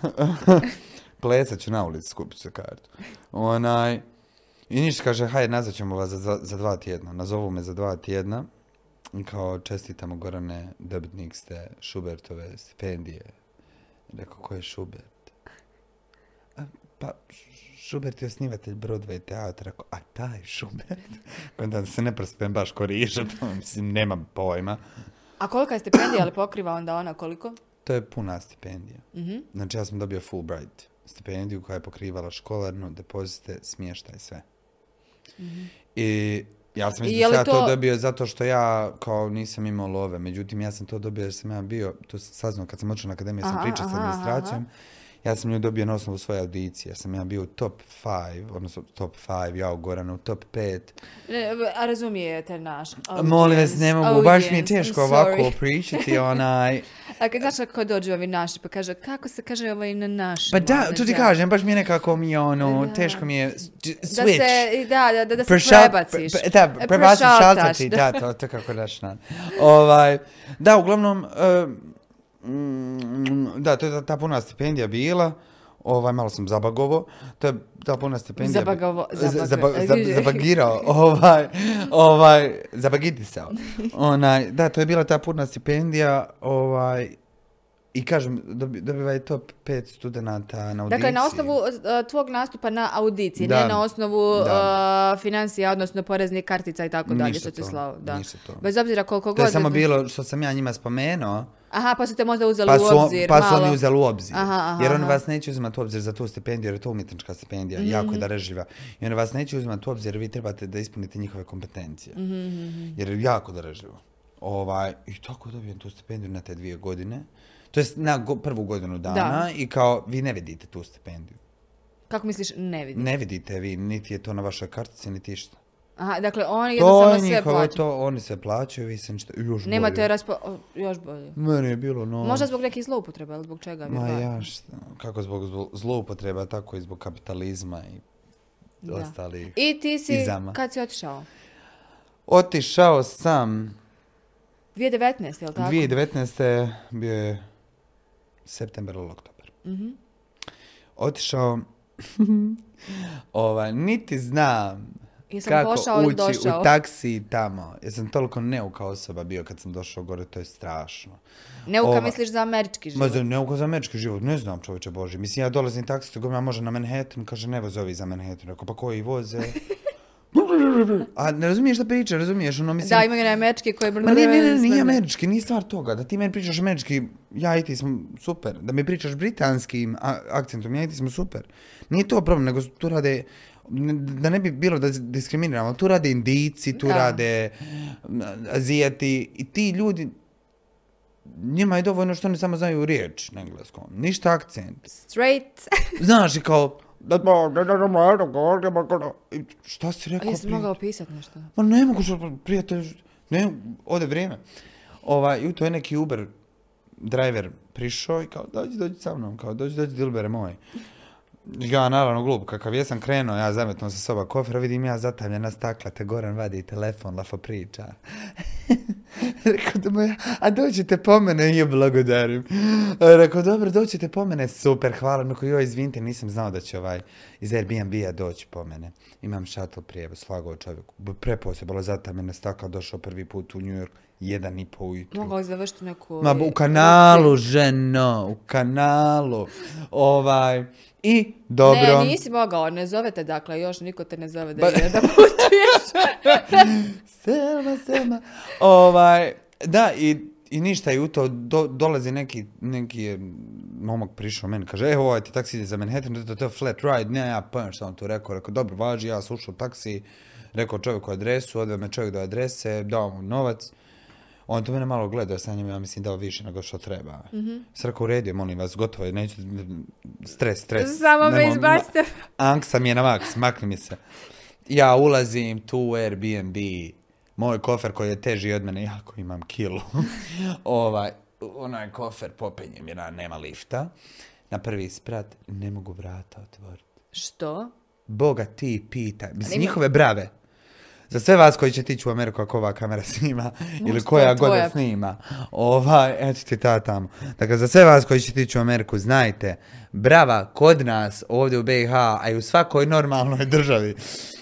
S2: Plesat ću na ulici, skupit ću kartu. Onaj, i ništa kaže, hajde, nazvat ćemo vas za, dva- za dva tjedna. Nazovu me za dva tjedna. I Kao, čestitamo Gorane, dobitnik ste Schubertove stipendije. Rekao, ko je Schubert? A, pa, Š- Schubert je osnivatelj Broadway teatra, Ako, a taj Schubert, onda se ne prspem baš ko riža, to mislim, nemam pojma.
S1: A kolika je stipendija, ali pokriva onda ona koliko? Mhm.
S2: To je puna stipendija. Znači ja sam dobio Fulbright stipendiju koja je pokrivala školarnu, depozite, smještaj, sve. I ja
S1: Mhm. I
S2: sam mislim
S1: je li
S2: ja to
S1: to-
S2: dobio zato što ja kao nisam imao love. Međutim, ja sam to dobio jer sam ja bio, to sam saznao kad sam učio na akademiju, sam
S1: Aha,
S2: pričao sa
S1: aha,
S2: administracijom. Ja sam nju dobio na osnovu svoje audicije, jer sam ja bio u top 5, odnosno top 5, ja u Goranu, u top 5.
S1: Ne, E, a razumije te naš audience.
S2: Molim vas, ne mogu, baš mi je
S1: audience, I'm
S2: teško ovako
S1: Oh, sorry.
S2: pričati, onaj...
S1: A kad znaš kako dođu ovi naši, pa kaže, kako se kaže ovaj na naš?
S2: Pa da, to ti kažem, baš mi je nekako mi je ono,
S1: Da.
S2: teško mi je s- j- switch.
S1: Da se, i da, da, da, da se
S2: Prešal-
S1: prebaciš.
S2: pre- pre- da,
S1: E,
S2: prebaciš
S1: prešaltaš,
S2: šaltati, da, to, to kako daš na. Ovaj, da, uglavnom, e, mm, da, to je ta, ta puna stipendija bila. Ovaj, malo sam zabagovo. To je ta puna stipendija. bi-
S1: Zabagovo-
S2: z-
S1: zabag-
S2: zaba- zab-
S1: Vidiš.
S2: zabagirao. Ovaj, ovaj, zabagitisao. Onaj, da, to je bila ta puna stipendija. Ovaj, I kažem, dobi- dobiva je top 5 studenata na audiciji.
S1: Dakle, na osnovu e, tvog nastupa na audiciji,
S2: Da.
S1: ne na osnovu
S2: Da.
S1: e, financija, odnosno poreznih kartica i tako dalje,
S2: Ništa
S1: što ti
S2: to,
S1: slao. Da.
S2: ništa to.
S1: Bez obzira koliko
S2: To
S1: god...
S2: je samo bilo što sam ja njima spomenuo,
S1: Aha, pa su te možda uzeli
S2: pa
S1: u
S2: su, on-
S1: obzir,
S2: pa su
S1: malo.
S2: oni uzeli u obzir.
S1: Aha, aha,
S2: jer oni
S1: aha.
S2: vas neće uzimati u obzir za tu stipendiju, jer je to umjetnička stipendija, jako
S1: Mhm.
S2: je darežljiva. I oni vas neće uzimati u obzir, vi trebate da ispunite njihove kompetencije.
S1: Mhm,
S2: Jer je jako darežljivo. Ovaj, I tako dobijem tu stipendiju na te dvije godine. To jest na go- prvu godinu dana
S1: Da.
S2: i kao vi ne vidite tu stipendiju.
S1: Kako misliš, ne vidim.
S2: Ne vidite vi, niti je to na vašoj kartici, niti išta.
S1: Aha, dakle, oni
S2: To je
S1: jednostavno sve
S2: njihovo,
S1: plaćaju.
S2: to oni se plaćaju, vi se ništa, još
S1: Nemate
S2: bolje.
S1: raspo... o, Još bolje.
S2: Meni je bilo no.
S1: Možda zbog nekih zloupotreba ili zbog čega?
S2: Ma
S1: vjerojatno.
S2: ja, šta, kako zbog zlo- zloupotreba, tako i zbog kapitalizma i
S1: Da.
S2: ostalih.
S1: I ti si,
S2: Izama.
S1: kad si otišao?
S2: Otišao sam
S1: 2019, je li tako?
S2: 2019. bio je september ili oktobar.
S1: Mhm.
S2: Otišao, ovaj, niti znam
S1: Jesam
S2: kako
S1: pošao ili
S2: ući
S1: došao?
S2: u taksi tamo. Jer sam toliko neuka osoba bio kad sam došao gore, to je strašno.
S1: Neuka
S2: Ova-
S1: misliš za američki
S2: Ma
S1: život?
S2: za neuka za američki život, ne znam čovječe Bože. Mislim, ja dolazim taksi, govorim, a može na Manhattan, kaže, ne voze ovi za Manhattan. Rekao, pa koji voze? a ne razumiješ šta priča, razumiješ? Ono, mislim,
S1: Da, ima ga na američki koji...
S2: Ma ne, ne, ne, nije američki, nije stvar toga. Da ti meni pričaš američki, ja i ti smo super. Da mi pričaš britanskim a- akcentom, ja i ti smo super. Nije to problem, nego tu rade, da ne bi bilo da diskriminiramo, tu rade indici, tu
S1: Da.
S2: rade m, azijati i ti ljudi, njima je dovoljno što oni samo znaju riječ na engleskom, ništa akcent.
S1: Straight.
S2: Znaš i kao, I šta si rekao?
S1: Jesi
S2: prije?
S1: mogao pisat nešto?
S2: Ma ne mogu što, prijatelj, ne, ode vrijeme. Ovaj, i to je neki Uber driver prišao i kao, dođi, dođi sa mnom, kao, dođi, dođi, Dilbere moj. Ja, naravno, glup, kakav jesam krenuo, ja zametno sa soba kofra, vidim ja zatamljena stakla, te Goran vadi telefon, lafo priča. Rekao da mu ja, a dođete po mene i ja blagodarim. Rekao, dobro, dođete po mene, super, hvala. Rekao, joj, izvinite, nisam znao da će ovaj iz Airbnb-a doći po mene. Imam shuttle prijevoz, slagao čovjeku. B- Prepao se, bilo zatamljena stakla, došao prvi put u New York, jedan i po ujutru.
S1: Mogao je završiti neku...
S2: Ma u kanalu, ženo, u kanalu. Ovaj, i dobro.
S1: Ne, nisi mogao, ne zove te dakle, još niko te ne zove da, ide da putuješ.
S2: Selma, Selma. Ovaj, da, i, i ništa i u to do- dolazi neki, neki je momak prišao meni, kaže, evo ovaj ti taksi ide za Manhattan, to, to je flat ride, ne, ja pojma šta on tu rekao, rekao, dobro, važi, ja sam ušao u taksi, rekao čovjeku adresu, odveo me čovjek do adrese, dao mu novac, on to mene malo gledao, sam njim, ja mislim, dao više nego što treba.
S1: Mhm.
S2: Mm-hmm. Sam rekao, u redu je, molim vas, gotovo je, neću, stres, stres.
S1: Samo me
S2: nemo-
S1: izbacite.
S2: Anksa mi je na maks, makni mi se. Ja ulazim tu u Airbnb, moj kofer koji je teži od mene, jako imam kilu. ovaj, onaj kofer popenjem jer nema lifta. Na prvi sprat ne mogu vrata otvoriti.
S1: Što?
S2: Boga ti pita. Mislim,
S1: ima-
S2: njihove brave. Za sve vas koji će tići u Ameriku ako ova kamera snima ili
S1: što
S2: koja
S1: je
S2: god da
S1: tvoja?
S2: snima. Ovaj, eto ti ta tamo. Dakle, za sve vas koji će tići u Ameriku, znajte, brava kod nas ovdje u BiH, a i u svakoj normalnoj državi.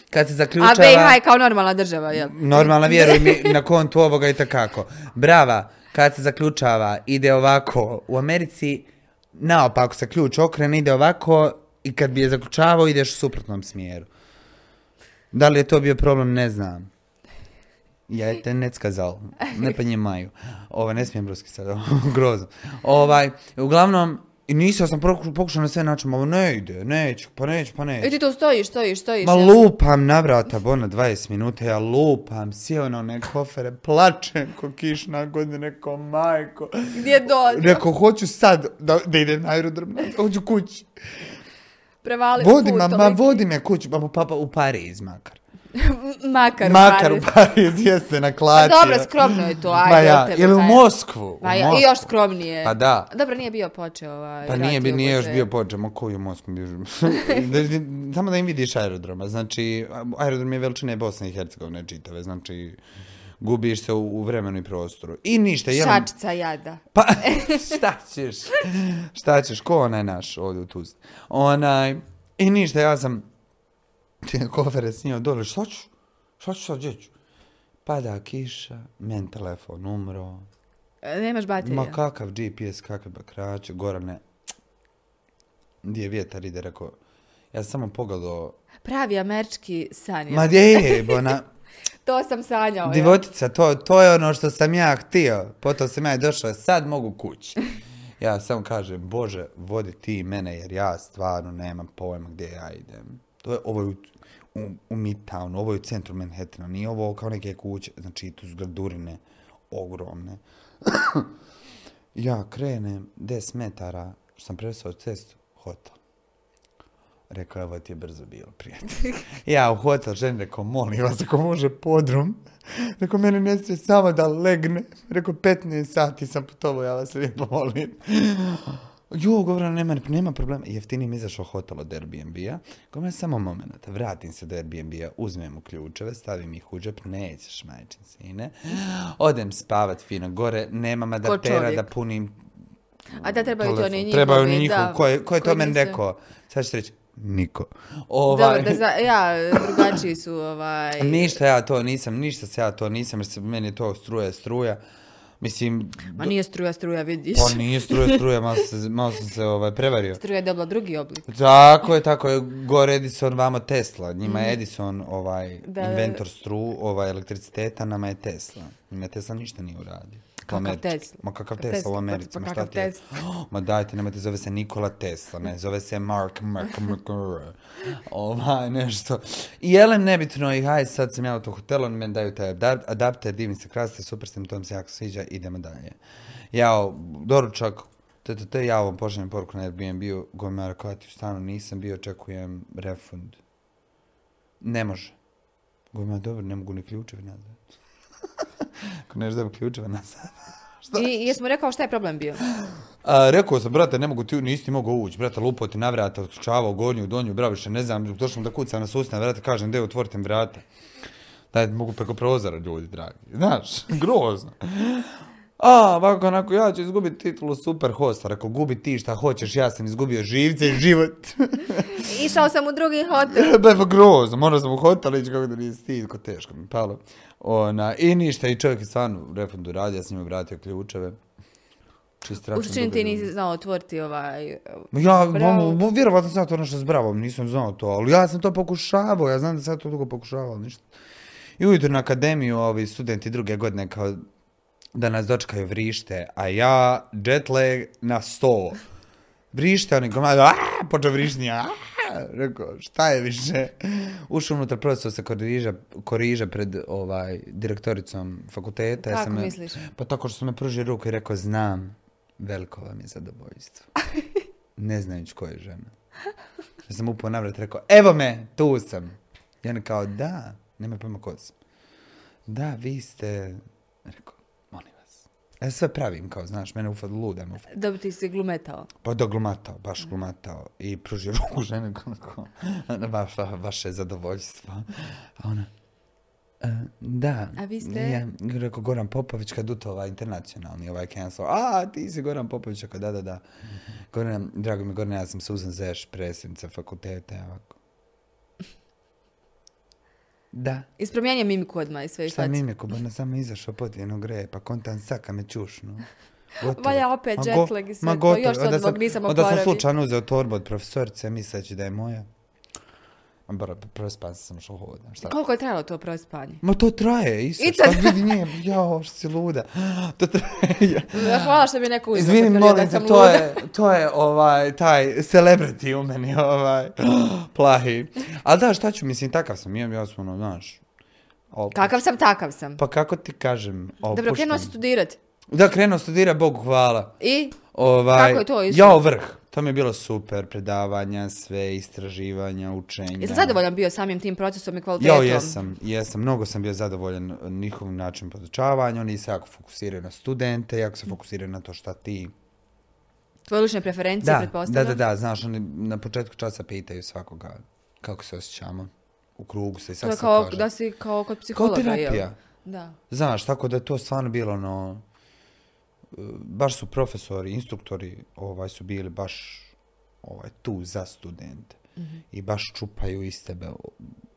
S2: Kad se zaključava...
S1: A BiH je kao normalna država, jel?
S2: Normalna, vjeruj mi, na kontu ovoga i takako. Brava, kad se zaključava, ide ovako. U Americi, naopako se ključ okrene, ide ovako, i kad bi je zaključavao ideš u suprotnom smjeru. Da li je to bio problem, ne znam. Ja te ne skazal, ne pa nje maju. Ovo, ne smijem ruski sad, grozno. Ovaj, uglavnom, i nisam sam proku- pokušao na sve način, ovo ne ide, neću, pa neću, pa neću.
S1: I E, ti tu stojiš, stojiš, stojiš.
S2: Ma
S1: ja.
S2: lupam na vrata, bona 20 minuta, ja lupam, sjeo na one kofere, plačem ko kišna godina, neko majko.
S1: Gdje dođe?
S2: Rekao, hoću sad da, da idem na aerodrom, hoću kući.
S1: Prevali
S2: Vodi,
S1: put,
S2: ma, ma,
S1: ovaj-
S2: vodi me kući, ma, papa u Pariz makar.
S1: Makar u
S2: Makar u
S1: Pariz.
S2: Pariz, jeste,
S1: Pa
S2: naklačio.
S1: Dobro, skromno je to, ajde.
S2: Ma
S1: od
S2: ja,
S1: tebe,
S2: ili u
S1: kaj.
S2: Moskvu. u
S1: Pa ja, I
S2: Moskvu.
S1: još skromnije.
S2: Pa da.
S1: Dobro, nije bio počeo ovaj e,
S2: Pa
S1: rat
S2: nije, bi, nije još
S1: Jugoslavije.
S2: bio pođe, ma koji je Moskva bio? Da- Samo da im vidiš aerodroma, znači aerodrom je veličine Bosne i Hercegovine čitave, znači gubiš se u, u vremenu i prostoru. I ništa, jel?
S1: Šačica jada.
S2: Pa, šta ćeš? Šta ćeš? Ko onaj naš ovdje u Tuzli? Onaj, i ništa, ja sam te kofere snio dole, šta ću? Šta ću sad, gdje ću? Pada kiša, men telefon umro,
S1: E, Nemaš baterija.
S2: Ma kakav GPS, kakav bakrač, Gorane, gdje vjetar ide, rekao, ja sam samo pogledao,
S1: Pravi američki san. je.
S2: ma gdje je, bona,
S1: To sam sanjao. ja.
S2: divotica, to, to je ono što sam ja htio, potom sam ja i došao, sad mogu kući. Ja samo kažem, Bože, vodi ti mene, jer ja stvarno nemam pojma gdje ja idem. To je ovo je u, u, u Midtownu, ovo je u centru Manhattana, nije ovo kao neke kuće, znači tu su gradurine ogromne. Ja krenem 10 metara, što sam presao cestu, hotel. Rekao, evo ti je brzo bilo, prijatelj. Ja u hotel ženi rekao, molim vas, ako može podrum. Rekao, mene ne smije samo da legne. Rekao, 15 sati sam putovao, ja vas lijepo molim. Jo, govora, nema, nema problema. Jeftini mi je izašao hotel od Airbnb-a. Govora, samo moment, vratim se do Airbnb-a, uzmem mu ključeve, stavim ih u džep, nećeš, majčin sine. Odem spavat fino gore, nemam adaptera
S1: čovjek.
S2: da punim
S1: A da trebaju to
S2: telefon.
S1: ne njihovi.
S2: Trebaju ni njihov.
S1: da.
S2: Ko je, ko je to
S1: Koji
S2: meni
S1: nisu-
S2: rekao? Sad ću reći, niko.
S1: Dobro,
S2: Ovaj,
S1: da za, ja, drugačiji su ovaj...
S2: ništa ja to nisam, ništa se ja to nisam, jer se meni to struje, struja. Mislim,
S1: Ma nije struja, struja, vidiš.
S2: pa nije struje, struja, malo, se, malo sam se ovaj, prevario.
S1: Struja je dobila drugi oblik.
S2: Tako je, tako je, gore Edison, vamo Tesla, njima je Edison ovaj,
S1: Mhm. Da, da, da.
S2: inventor stru, ovaj, elektriciteta, nama je Tesla. Njima je Tesla ništa nije uradio. U
S1: Kakav
S2: Americi.
S1: Tesla?
S2: Ma kakav
S1: Tesla,
S2: Tesla, u
S1: pa-
S2: Americi,
S1: pa
S2: ma šta
S1: kakav
S2: ti je? Ma dajte, nemojte, zove se Nikola Tesla, ne, zove se Mark, Mark, Mark, Mark, ovaj, nešto. I jelem nebitno, i haj, sad sam ja u to hotelu, oni meni daju taj adap- adapter, divni se krasite, super sam, to mi se jako sviđa, idemo dalje. Jao, doručak, te, te, te, ja vam pošaljem poruku na Airbnb-u, gomara, koja ti u stanu nisam bio, očekujem refund. Ne može. Gomara, dobro, ne mogu ni ključeve nazad. Ako ne da bi ključeve nazad.
S1: I jesmo rekao šta je problem bio?
S2: A, rekao sam, brate, ne mogu ti, nisi ti mogao ući, brate, lupao ti na vrata, otključavao gornju, donju, braviše, ne znam, došao sam da kucam na susna vrata, kažem, gdje otvorite mi vrata. Daj, mogu preko prozora, ljudi, dragi. Znaš, grozno. A, ovako, onako, ja ću izgubiti titulu super hosta. Rekao, gubi ti šta hoćeš, ja sam izgubio živce i život.
S1: Išao sam u drugi hotel.
S2: Be, pa grozno, morao sam u hotel ići kako da nisi ti, ko teško mi je palo. Ona, I ništa, i čovjek je stvarno refundu radio, ja sam njima vratio ključeve. Čist račun
S1: Učin
S2: duga
S1: ti
S2: ljubav.
S1: nisi znao otvoriti ovaj...
S2: Ma Ja,
S1: Bravo.
S2: mo, mo, vjerovatno sam ja to nešto s bravom, nisam znao to, ali ja sam to pokušavao, ja znam da sam ja to dugo pokušavao, ali ništa. I ujutro na akademiju ovi studenti druge godine kao da nas dočekaju vrište, a ja jet lag na sto. Vrište, oni komado, aaa, počeo vrišni, aaa, rekao, šta je više? Ušao unutra profesor se koriža, koriža pred ovaj, direktoricom fakulteta. ja
S1: Kako
S2: sam je-
S1: misliš?
S2: Pa tako što sam me pružio ruku i rekao, znam, veliko vam je zadovoljstvo ne znajući koja je žena. Ja sam upao navrat rekao, evo me, tu sam. I on kao, da, nema pojma ko sam. Da, vi ste, rekao, molim vas. Ja sve pravim, kao, znaš, mene ufad luda, me ufad.
S1: Dobro, ti si glumetao.
S2: Pa da glumatao, baš glumatao. I pružio ruku žene, kao, kao, ono, "Va- va- vaše zadovoljstvo. A ona, "E, da.
S1: A vi ste?
S2: Ja, rekao, Goran Popović kad uto ovaj internacionalni, ovaj cancel. A, ti si Goran Popović, ako da, da, da. Goran, drago mi, Goran, ja sam Susan Zeš, predsjednica fakulteta, evo ovako. Da.
S1: Ispromijenio mimiku odmah i sve i
S2: Šta
S1: facu.
S2: mi je Kubana samo izašao pod jednog repa, kontan saka me čušnu. Gotovo.
S1: Valja opet
S2: Ma
S1: jet
S2: go-
S1: lag i sve
S2: ma
S1: to.
S2: gotovo.
S1: Još se
S2: Onda
S1: od
S2: sam-
S1: mog nisam
S2: Onda sam
S1: oporavila.
S2: slučajno uzeo torbu od profesorice misleći da je moja. Bro, prospan sam što hodam. Šta?
S1: Koliko je trajalo to prospanje?
S2: Ma to traje, isto.
S1: I to
S2: Šta vidi nje, jao, što si luda. To traje.
S1: Hvala što mi je neko uzeo.
S2: Izvini,
S1: kad sam rekla
S2: molim
S1: da sam
S2: te, to
S1: luda.
S2: je, to je ovaj, taj celebrity u meni, ovaj, plahi. Ali da, šta ću, mislim, takav sam, ja, ja sam ono, znaš. opušten.
S1: Kakav sam, takav sam.
S2: Pa kako ti kažem, opušten.
S1: Dobro, krenuo si studirati.
S2: Da, krenuo studira, Bogu hvala.
S1: I?
S2: Ovaj,
S1: Kako je to išlo?
S2: Jao, vrh. To mi je bilo super, predavanja, sve, istraživanja, učenja.
S1: Jesi zadovoljan bio samim tim procesom i kvalitetom?
S2: Jao, jesam, jesam. Mnogo sam bio zadovoljan eh, njihovim načinom podučavanja. Oni se jako fokusiraju na studente, jako
S1: Mm.
S2: se fokusiraju na to šta ti
S1: Tvoje lične preferencije,
S2: da, da,
S1: pretpostavljam?
S2: da, da, znaš, oni na početku časa pitaju svakoga kako se osjećamo u krugu se i
S1: To
S2: sad
S1: je
S2: se
S1: kao,
S2: kaže.
S1: da si kao kod psihologa, jel?
S2: terapija.
S1: Da.
S2: Znaš, tako da je to stvarno bilo ono, e, baš su profesori, instruktori ovaj su bili baš ovaj tu za studente
S1: Mhm.
S2: i baš čupaju iz tebe o-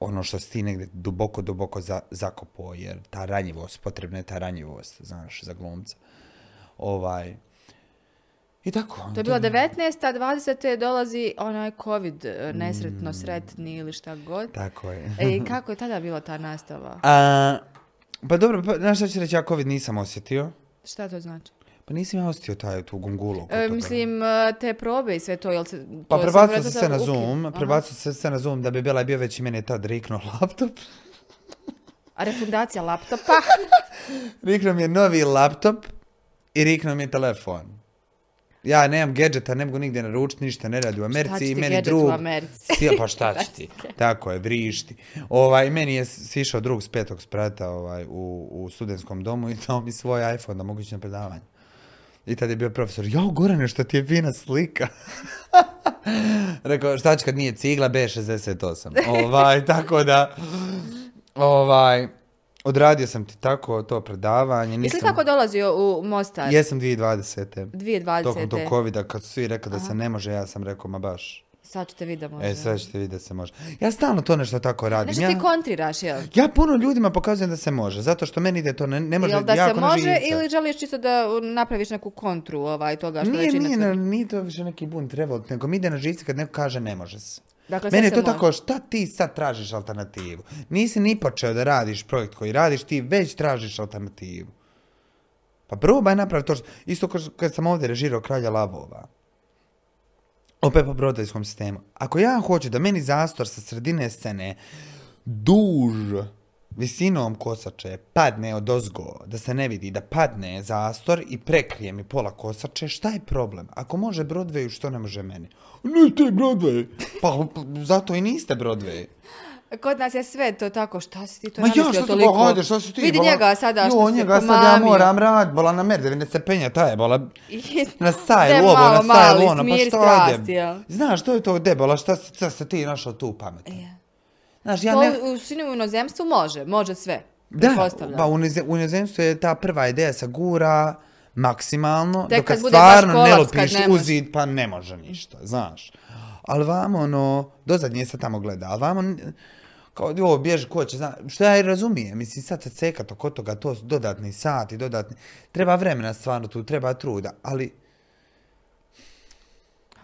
S2: ono što si ti negdje duboko, duboko za, zakopo, jer ta ranjivost, potrebna je ta ranjivost, znaš, za glumca. Ovaj, I tako. ono,
S1: To je bila 19. a 20. dolazi onaj covid e,
S2: Mm.
S1: nesretno, sretni ili šta god.
S2: Tako je.
S1: E, i kako je tada bila ta nastava?
S2: A, pa dobro, pa, znaš šta ću reći, ja COVID nisam osjetio.
S1: Šta to znači?
S2: Pa nisam ja osjetio taj, tu gungulu. oko
S1: E,
S2: toga.
S1: mislim, e, te probe i sve to, jel se...
S2: pa
S1: to sam
S2: prebacio
S1: vjerojatno
S2: sam se
S1: sad
S2: na
S1: uki-
S2: Zoom,
S1: Aha.
S2: prebacio sam se na Zoom da bi bila bio već i mene tad riknuo laptop.
S1: A refundacija laptopa?
S2: Riknuo mi je novi laptop i riknuo mi je telefon. Ja nemam gadgeta, ne mogu nigdje naručiti, ništa ne radi u Americi
S1: će ti
S2: i meni
S1: gadget
S2: drug...
S1: u Americi?
S2: Sija, pa šta će ti? Tako je, vrišti. Ovaj, meni je s- sišao drug s petog sprata ovaj, u, u studentskom domu i dao mi svoj iPhone da mogu ići na predavanje. I tad je bio profesor, jao Gorane, što ti je fina slika. Rekao, šta će kad nije cigla B68. Ovaj, tako da, ovaj, odradio sam ti tako to predavanje.
S1: Jesi
S2: Nisam,
S1: li tako dolazio u Mostar?
S2: Jesam 2020.
S1: 2020.
S2: Tokom tog covida, kad su svi rekli da se ne može, ja sam rekao, ma baš.
S1: Sad ćete vidjeti da možda.
S2: E, sad ćete vidjeti da se može. Ja stalno to nešto tako radim.
S1: Nešto
S2: ja,
S1: ti kontriraš, jel?
S2: ja puno ljudima pokazujem da se može, zato što meni ide to, ne, ne može,
S1: Jel da
S2: jako
S1: se
S2: na
S1: može
S2: živce.
S1: ili želiš čisto da napraviš neku kontru ovaj, toga što
S2: Nije,
S1: većina
S2: nije,
S1: tvrdi?
S2: na- nije to više neki bunt revolt, nego mi ide na živce kad neko kaže ne može se.
S1: Dakle, sve
S2: Meni je
S1: se
S2: to
S1: može.
S2: tako, šta ti sad tražiš alternativu? Nisi ni počeo da radiš projekt koji radiš, ti već tražiš alternativu. Pa probaj napraviti to što... Isto kao što- kad sam ovdje režirao Kralja Lavova. Opet po brodajskom sistemu. Ako ja hoću da meni zastor sa sredine scene duž visinom kosače padne od ozgo, da se ne vidi, da padne zastor i prekrije mi pola kosače, šta je problem? Ako može Broadwayu, što ne može meni? Ne, to je Broadway. Pa, pa, zato i niste Broadway.
S1: Kod nas je sve to tako, šta si ti to
S2: Ma ja,
S1: namislio
S2: što si,
S1: toliko?
S2: pa, hajde, što si ti?
S1: Vidi
S2: bola-
S1: njega sada, što
S2: Jo,
S1: se
S2: njega sad ja
S1: pomamio.
S2: moram rad, bola na merde, ne se penja, taj je bola.
S1: I-
S2: Na
S1: Da je
S2: sajlu ovo,
S1: malo
S2: na sajlu
S1: mali
S2: ono, pa
S1: smir
S2: što
S1: strasti, jel?
S2: Znaš, to je to debola, šta, si- šta se ti našao tu pametan? Znaš, ja
S1: to
S2: ne...
S1: u sinu u inozemstvu može, može sve.
S2: Da,
S1: pretpostavljam.
S2: pa u nize- u inozemstvu je ta prva ideja sa gura maksimalno,
S1: Tek
S2: dok kad
S1: kad bude baš
S2: stvarno ne
S1: kolaps, kad
S2: lupiš
S1: ne
S2: u
S1: može.
S2: zid, pa ne može ništa, znaš. Ali vam ono, dozadnje se tamo gleda, ali vam on- kao ovo bježi ko će, zna, što ja i razumijem, mislim sad se cekat oko toga, to su dodatni sati, dodatni, treba vremena stvarno tu, treba truda, ali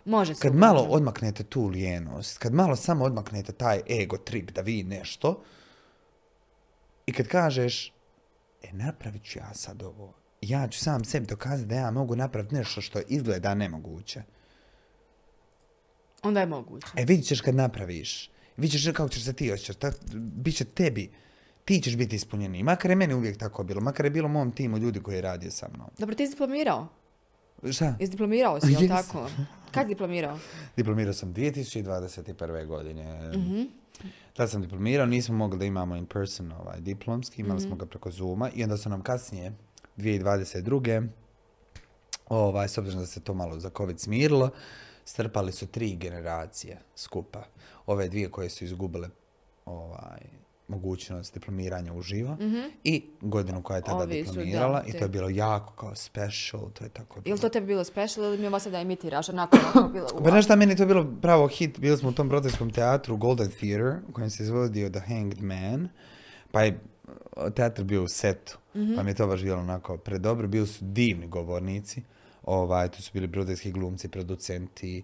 S1: Može se.
S2: kad malo odmaknete tu lijenost, kad malo samo odmaknete taj ego trip da vi nešto, i kad kažeš, e napravit ću ja sad ovo, ja ću sam sebi dokazati da ja mogu napraviti nešto što izgleda nemoguće.
S1: Onda je moguće.
S2: E vidit ćeš kad napraviš, vidit ćeš kako ćeš se ti osjećati, tak- bit će tebi, ti ćeš biti ispunjeni. Makar je meni uvijek tako bilo, makar je bilo u mom timu ljudi koji je radio sa mnom.
S1: Dobro, ti si diplomirao.
S2: Šta?
S1: Jesi diplomirao si, jel
S2: Jesam.
S1: tako? Kad si diplomirao?
S2: Diplomirao sam 2021. godine.
S1: Mhm.
S2: Tad sam diplomirao, nismo mogli da imamo in person ovaj, diplomski, imali
S1: Mhm.
S2: smo ga preko Zooma i onda su nam kasnije, 2022. Ovaj, s obzirom da se to malo za COVID smirilo, strpali su tri generacije skupa. Ove dvije koje su izgubile ovaj, mogućnost diplomiranja uživo i godinu koja je tada
S1: Mhm. Ovi su, da,
S2: diplomirala i
S1: te-
S2: to je bilo jako kao special, to je tako
S1: Jel
S2: bilo.
S1: to tebi bilo special ili mi ovo sada imitiraš onako onako bilo? u-
S2: Pa znaš šta, meni je to bilo pravo hit, bili smo u tom brodinskom teatru Golden Theater, u kojem se izvodio The Hanged Man, Pa je e, teatar bio u setu,
S1: Mhm.
S2: pa mi je to baš bilo onako predobro. Bili su divni govornici, ovaj, tu su bili brodajski glumci, producenti,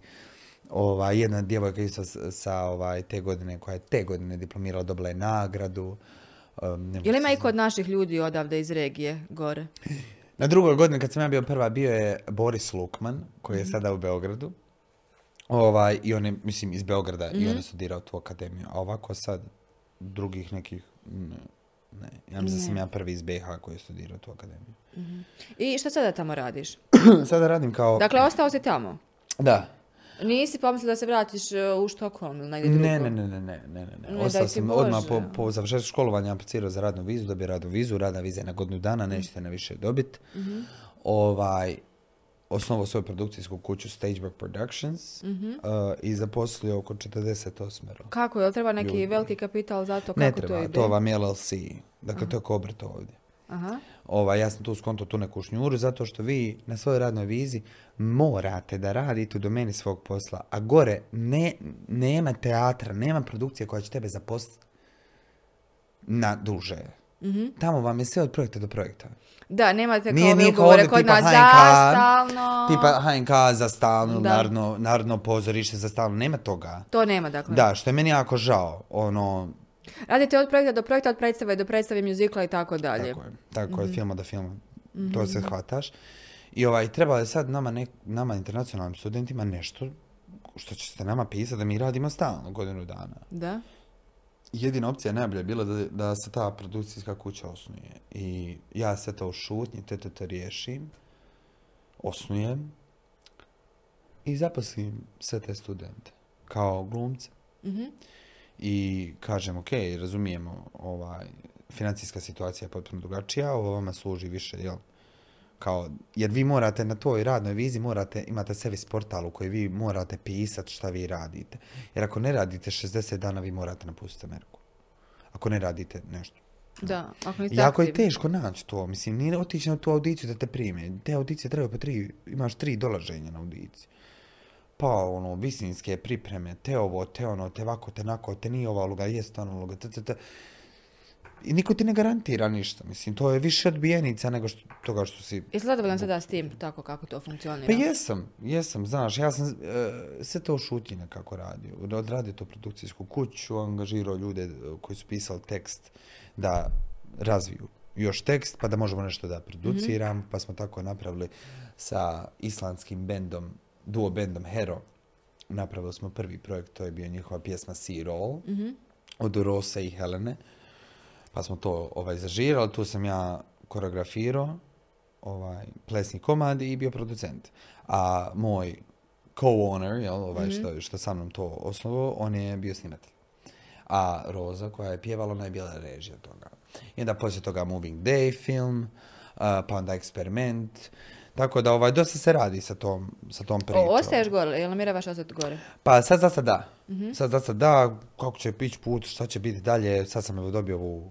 S2: ovaj, jedna djevojka isto s- sa ovaj, te godine, koja je te godine diplomirala, dobila je nagradu. Um, ne mogu
S1: Je li ima
S2: se
S1: i kod naših ljudi odavde iz regije, gore?
S2: na drugoj godini kad sam ja bio prva bio je Boris Lukman koji je sada u Beogradu. Ovaj, I on je, mislim, iz Beograda i on je studirao tu akademiju. A ovako sad drugih nekih, ne, ne. ja mislim da sam ja prvi iz BH koji je studirao tu akademiju.
S1: I što sada tamo radiš?
S2: sada radim kao...
S1: Dakle, ostao si tamo.
S2: da.
S1: Nisi pomislio da se vratiš e, u Štokholm ili negdje
S2: Ne,
S1: drugo?
S2: ne, ne, ne, ne, ne, ne,
S1: Ne,
S2: ne. Ostao
S1: daj ti
S2: sam odmah
S1: Bože.
S2: po, po završetku školovanja aplicirao za radnu vizu, dobio radnu vizu, radna viza je na godinu dana,
S1: Mhm.
S2: nećete ne više dobiti. Ovaj, osnovao svoju produkcijsku kuću Stageback Productions
S1: Mhm.
S2: uh, i zaposlio oko 48
S1: Kako, jel treba neki
S2: Ljudi.
S1: veliki kapital za to? Kako
S2: Ne
S1: to,
S2: treba,
S1: ide?
S2: to, vam je LLC. Dakle, to je kao obrt ovdje.
S1: Aha.
S2: Ovaj, ja sam tu skonto tu neku šnjuru zato što vi na svojoj radnoj vizi morate da radite u domeni svog posla, a gore ne, nema teatra, nema produkcije koja će tebe zaposliti na duže. Tamo vam je sve od projekta do projekta.
S1: Da, nemate kao
S2: Nije,
S1: ove
S2: nije kao
S1: ugovore
S2: ovdje
S1: kod
S2: tipa
S1: nas
S2: HNK,
S1: za stalno.
S2: Tipa HNK za stalno, ili
S1: Da.
S2: narodno, narodno pozorište za stalno, nema toga.
S1: To nema, dakle.
S2: Da, što je meni jako žao, ono,
S1: Radite od projekta do projekta, od predstave do predstave, mjuzikla i tako dalje.
S2: Tako je, tako je, od filma do filma. To se hvataš. I ovaj, trebalo je sad nama, nek- nama internacionalnim studentima nešto što će se nama pisati da mi radimo stalno godinu dana.
S1: Da.
S2: Jedina opcija najbolja je bila da, da se ta produkcijska kuća osnuje. I ja sve to u šutnji, te to, to riješim, osnujem i zaposlim sve te studente kao glumce. I kažem, ok, razumijemo, ovaj, financijska situacija je potpuno drugačija, ovo vama služi više, jel? Kao, jer vi morate na toj radnoj vizi, morate, imate servis portal u koji vi morate pisati šta vi radite. Jer ako ne radite 60 dana, vi morate napustiti Ameriku. Ako ne radite nešto.
S1: Da, ako niste
S2: Jako je
S1: aktivni.
S2: teško naći to, mislim, nije otići na tu audiciju da te prime. Te audicije trebaju po tri, imaš tri dolaženja na audiciji. Pa ono, visinske pripreme, te ovo, te ono, te ovako, te nako, te nije ova uloga, jest ona uloga, te, te, te. I niko ti ne garantira ništa, mislim, to je više odbijenica nego što, toga što si...
S1: Jesi zadovoljan sada s tim, tako kako to funkcionira?
S2: Pa jesam, jesam, znaš, ja sam e, sve to u šutnji nekako radio. Odradio to produkcijsku kuću, angažirao ljude e, koji su pisali tekst da razviju još tekst, pa da možemo nešto da produciram, pa smo tako napravili sa islandskim bendom, duo bendom Hero, napravili smo prvi projekt, to je bio njihova pjesma Sea Roll,
S1: Mhm.
S2: od Rose i Helene. Pa smo to ovaj, zažirali, tu sam ja koreografirao ovaj, plesni komad i bio producent. A moj co-owner, jel, ovaj, što, što sa mnom to osnovo, on je bio snimatelj. A Roza koja je pjevala, ona je bila režija toga. I onda poslije toga Moving Day film, a, pa onda Eksperiment. Tako da ovaj, dosta se radi sa tom, sa tom pričom.
S1: O, ostaješ gore, jel namjeravaš ostati gore?
S2: Pa sad za sad da. Sad za sad da, kako će ići put, šta će biti dalje, sad sam evo dobio ovu uh,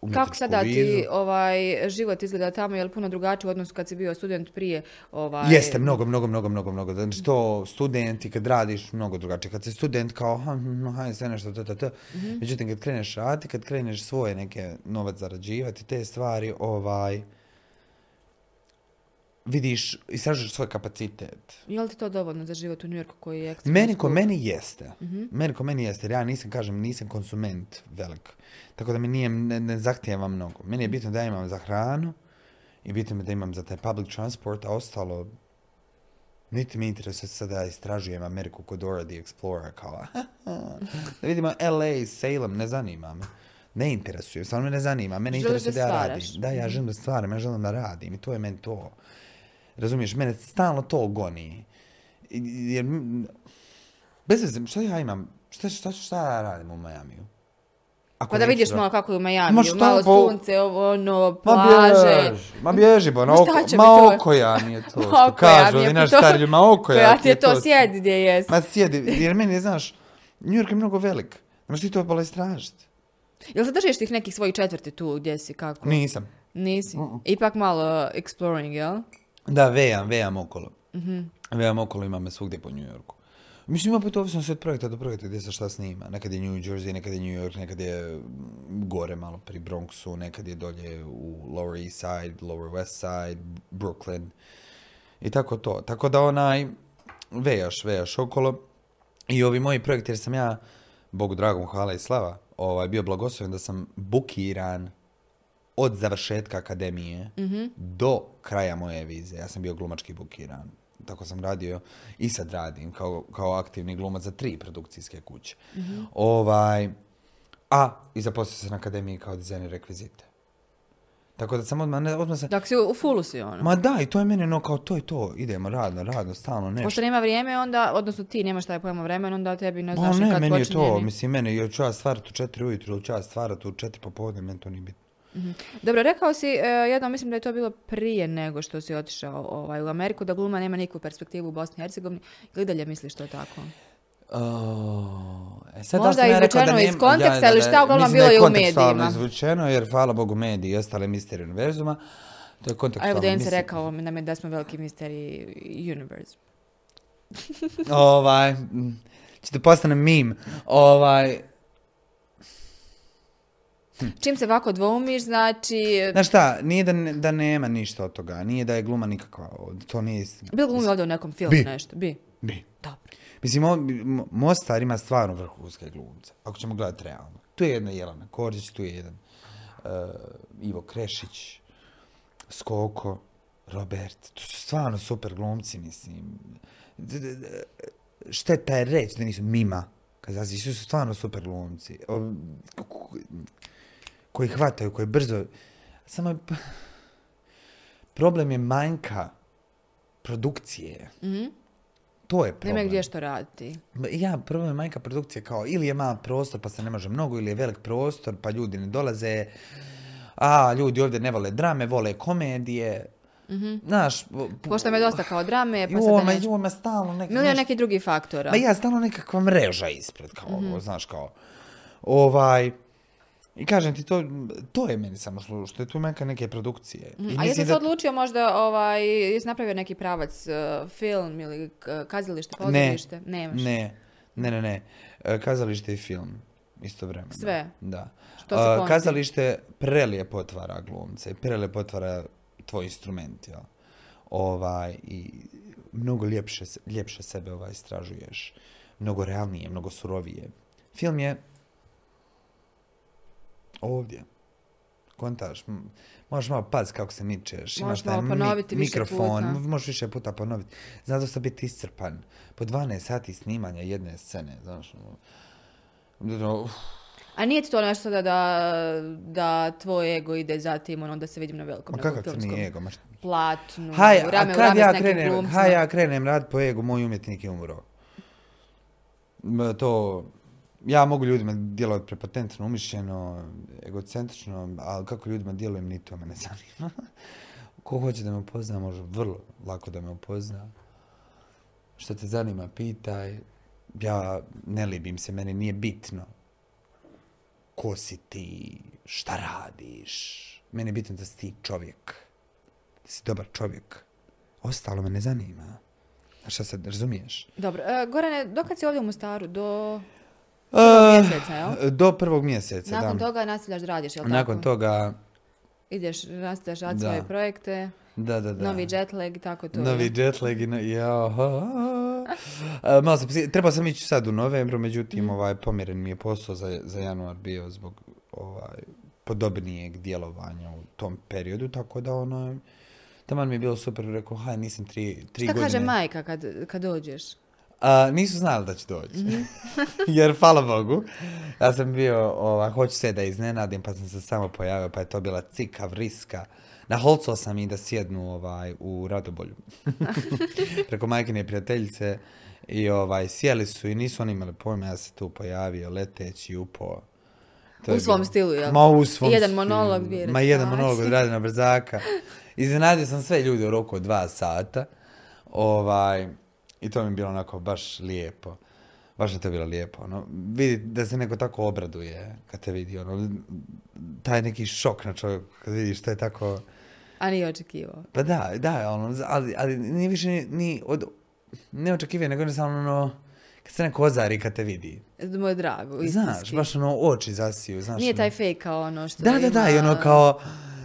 S2: umjetničku
S1: Kako sada
S2: vizu.
S1: ti ovaj, život izgleda tamo, je li puno drugačiji u odnosu kad si bio student prije? Ovaj...
S2: Jeste, mnogo, mnogo, mnogo, mnogo, mnogo. Znači to studenti kad radiš, mnogo drugačije. Kad si student kao, ha, hm, aha, sve nešto, to, to, to.
S1: Mhm.
S2: Međutim, kad kreneš raditi, kad kreneš svoje neke novac zarađivati, te stvari, ovaj, vidiš, istražuješ svoj kapacitet.
S1: Je li ti to dovoljno za život u Njujorku koji je ekstremno
S2: Meni ko
S1: skup?
S2: meni jeste.
S1: Mhm.
S2: Meni ko meni jeste, jer ja nisam, kažem, nisam konsument velik. Tako da mi nije, ne, ne zahtijeva mnogo. Meni je
S1: Mhm.
S2: bitno da ja imam za hranu i bitno mi je da imam za taj public transport, a ostalo niti mi interesuje sad da istražujem Ameriku kod Dora the Explorer, kao da vidimo LA, Salem, ne zanima me. Ne interesuje, stvarno me ne zanima. Mene
S1: Želiš
S2: interesuje
S1: da
S2: da ja
S1: stvaraš. Mhm.
S2: radim. Da, ja želim da stvaram, ja želim da radim i to je meni to. Razumiješ, mene stalno to goni. I- Jer, m, bez veze, šta ja imam, šta, šta, šta ja radim u Majamiju? Ako
S1: Pa da
S2: neću
S1: vidiš
S2: ra-
S1: malo kako je u Miami,
S2: Ma šta,
S1: malo
S2: pa-
S1: sunce, ovo, ono,
S2: Ma
S1: plaže.
S2: bježi, ma bježi, bo, na
S1: Ma šta
S2: oko,
S1: će mi to?
S2: ma okoja mi je to, što
S1: Oko
S2: kažu,
S1: je,
S2: ovi
S1: pa
S2: naš
S1: to-
S2: stari ljudi, ma okoja
S1: koja ti je to sjedi gdje jesi.
S2: Ma sjedi, jer meni je, znaš, New York je mnogo velik, ne možeš ti to pola istražiti.
S1: Jel se držiš tih nekih svojih četvrti tu gdje si, kako?
S2: Nisam.
S1: Nisi. Ipak malo exploring, jel?
S2: Mm-hmm. Da, vejam, vejam okolo. Vejam okolo, imam me svugdje po New Yorku. Mislim, opet ovisno se od projekta do projekta gdje se šta snima. Nekad je New Jersey, nekad je New York, nekad je mm, gore malo pri Bronxu, nekad je dolje u Lower East Side, Lower West Side, Brooklyn. I tako to. Tako da onaj, vejaš, vejaš okolo. I ovi moji projekti, jer sam ja, Bogu dragom, hvala i slava, ovaj, bio blagosloven da sam bukiran od završetka akademije do kraja moje vize. Ja sam bio glumački bukiran. Tako sam radio i sad radim kao, kao aktivni glumac za tri produkcijske kuće. Ovaj, a, i zaposlio se na akademiji kao dizajner rekvizite. Tako da sam odmah, ne, odmah sam,
S1: Dakle, si u, u fulu si ono.
S2: ma da, i to je meni ono kao to je to, idemo radno, radno, stalno nešto.
S1: Pošto nema vrijeme, onda, odnosno ti nemaš taj pojma vremena, onda tebi ne
S2: Ma
S1: znaš ni
S2: ne,
S1: kad
S2: meni je
S1: počinje,
S2: to,
S1: ni-
S2: mislim, meni, jel ću ja stvarati u četiri ujutru, ili ću ja stvarati u četiri popodne, meni to nije bitno.
S1: Dobro, rekao si e, jednom, mislim da je to bilo prije nego što si otišao ovaj, u Ameriku, da gluma nema nikakvu perspektivu u Bosni i Hercegovini. Ili dalje misliš to je tako?
S2: e, sad da
S1: Možda
S2: sam ja rekao
S1: izvučeno
S2: da
S1: iz
S2: nema-
S1: konteksta
S2: da, da,
S1: ili
S2: da,
S1: šta, uglavnom
S2: mislim da
S1: bilo je u
S2: kontekstualno
S1: medijima.
S2: izvučeno, jer hvala Bogu mediji i ostale misterije univerzuma, to je
S1: A
S2: kontekstualno.
S1: evo Dejan se
S2: mislim.
S1: rekao nam je da smo veliki misteri universe.
S2: ovaj, mm, će da postane meme. Ovaj,
S1: Čim se ovako dvoumiš, znači...
S2: znaš šta, nije da, ne- da nema ništa od toga, nije da je gluma nikakva, to nije istina.
S1: Bilo glumi ovdje u nekom filmu
S2: Bi.
S1: nešto, bi.
S2: Bi.
S1: Dobro.
S2: Mislim, on, Mo- Mostar ima stvarno vrhunske glumce, ako ćemo gledati realno. Tu je jedna Jelena Koržić, tu je jedan eh, Ivo Krešić, Skoko, Robert. To su stvarno super glumci, mislim. D- d- d- Šteta je reći da nisu mima. Kad zazi, su stvarno super glumci. O, ko- ko- Koji hvataju, koji brzo... Samo je... p- Problem je manjka produkcije. To je problem.
S1: Mhm. Nema gdje što raditi.
S2: Ma Ja, problem je manjka produkcije kao ili je mal prostor pa se ne može mnogo, ili je velik prostor pa ljudi ne dolaze, a ljudi ovdje ne vole drame, vole komedije. Znaš, po-
S1: Mhm. Pošto me dosta kao drame, pa
S2: joj,
S1: sad
S2: ma,
S1: da ne...
S2: joj, ma, stalno neka,
S1: Milion
S2: nešto-
S1: nekih drugih faktora.
S2: Ma ja, stalno nekakva mreža ispred, kao
S1: Mhm.
S2: ovo, znaš, kao, ovaj, i kažem ti, to, to je meni samo što, što je tu manjka neke produkcije. I
S1: Mhm. A jesi
S2: mislim
S1: se
S2: da-
S1: odlučio možda, ovaj, jesi napravio neki pravac, eh, film ili eh, kazalište, pozorište? Nemaš.
S2: Ne, ne, ne, ne. E, Kazalište i film istovremeno.
S1: Sve?
S2: Da.
S1: Što se
S2: A,
S1: ponuti?
S2: kazalište prelijepo otvara glumce i prelijepo otvara tvoj instrument, jel? Ovaj, i mnogo ljepše, se- ljepše sebe ovaj, istražuješ. Mnogo realnije, mnogo surovije. Film je ovdje. Kontaš, m, možeš malo paziti kako se ničeš, imaš
S1: Možeš
S2: taj
S1: malo ponoviti
S2: mik-
S1: više
S2: mikrofon,
S1: puta.
S2: možeš više puta ponoviti. Znaš da sam biti iscrpan. Po 12 sati snimanja jedne scene, znaš, ono, ono, uf,
S1: A nije ti to nešto da, da, da tvoj ego ide za tim, ono, da se vidim na velikom
S2: ma
S1: nekom
S2: kakav crni
S1: filmskom
S2: ego, ma šta-
S1: platnu,
S2: Haj,
S1: ono, rame u rame
S2: a kad
S1: s
S2: ja
S1: nekim
S2: krenem,
S1: glumcima.
S2: haj, ja krenem rad po ego, moj umjetnik je umro. M, To, ja mogu ljudima djelovati prepotentno, umišljeno, egocentrično, ali kako ljudima djelujem, ni to me ne zanima. Ko hoće da me upozna, može vrlo lako da me upozna. Što te zanima, pitaj. Ja ne libim se, meni nije bitno ko si ti, šta radiš. Meni je bitno da si ti čovjek da si dobar čovjek. Ostalo me ne zanima. A šta sad, razumiješ?
S1: Dobro, e, Gorane, dokad si ovdje u Mostaru? Do
S2: Eh,
S1: mjeseca, jel?
S2: do prvog mjeseca,
S1: Nakon
S2: da.
S1: toga nastavljaš da radiš, jel
S2: Nakon
S1: tako?
S2: toga,
S1: Ideš, nastavljaš raditi
S2: Da.
S1: svoje projekte,
S2: da, da, da.
S1: novi jetlag i tako to. jel?
S2: Novi jetlag i no- jao, ha, ha. A, Malo sam, psi- trebao sam ići sad u novembru, međutim,
S1: Mhm.
S2: ovaj, pomjeren mi je posao za, za januar bio zbog ovaj, podobnijeg djelovanja u tom periodu, tako da ono, taman mi je bilo super, rekao, haj, nisam tri, tri
S1: Šta
S2: godine.
S1: kaže majka kad, kad dođeš?
S2: A, nisu znali da će doći.
S1: Mhm.
S2: Jer, hvala Bogu, ja sam bio, ova, hoću se da iznenadim, pa sam se samo pojavio, pa je to bila cika, vriska. Naholcao sam i da sjednu ovaj, u Radobolju. Preko majkine prijateljice. I ovaj, sjeli su i nisu oni imali pojma, ja se tu pojavio, leteći, upo.
S1: U svom stilu, jel?
S2: Ma u svom
S1: Jedan
S2: stilu.
S1: monolog, dvije
S2: Ma jedan
S1: recitacije.
S2: monolog od Radina Brzaka. Iznenadio sam sve ljude u roku od dva sata. Ovaj, I to mi je bilo onako baš lijepo. Baš je to bilo lijepo. Ono, vidi da se neko tako obraduje kad te vidi. Ono, taj neki šok na čovjeku kad vidiš to je tako...
S1: A nije očekivao.
S2: Pa da, da, ono, ali, ali nije više ni, ni od neočekivije, nego jednostavno ono, kad kad se neko ozari kad te vidi.
S1: Moj drago,
S2: Znaš,
S1: istinski.
S2: baš ono oči zasiju, znaš.
S1: Nije
S2: ono.
S1: taj fake kao ono što
S2: Da, da, da, i ono
S1: ima-
S2: kao,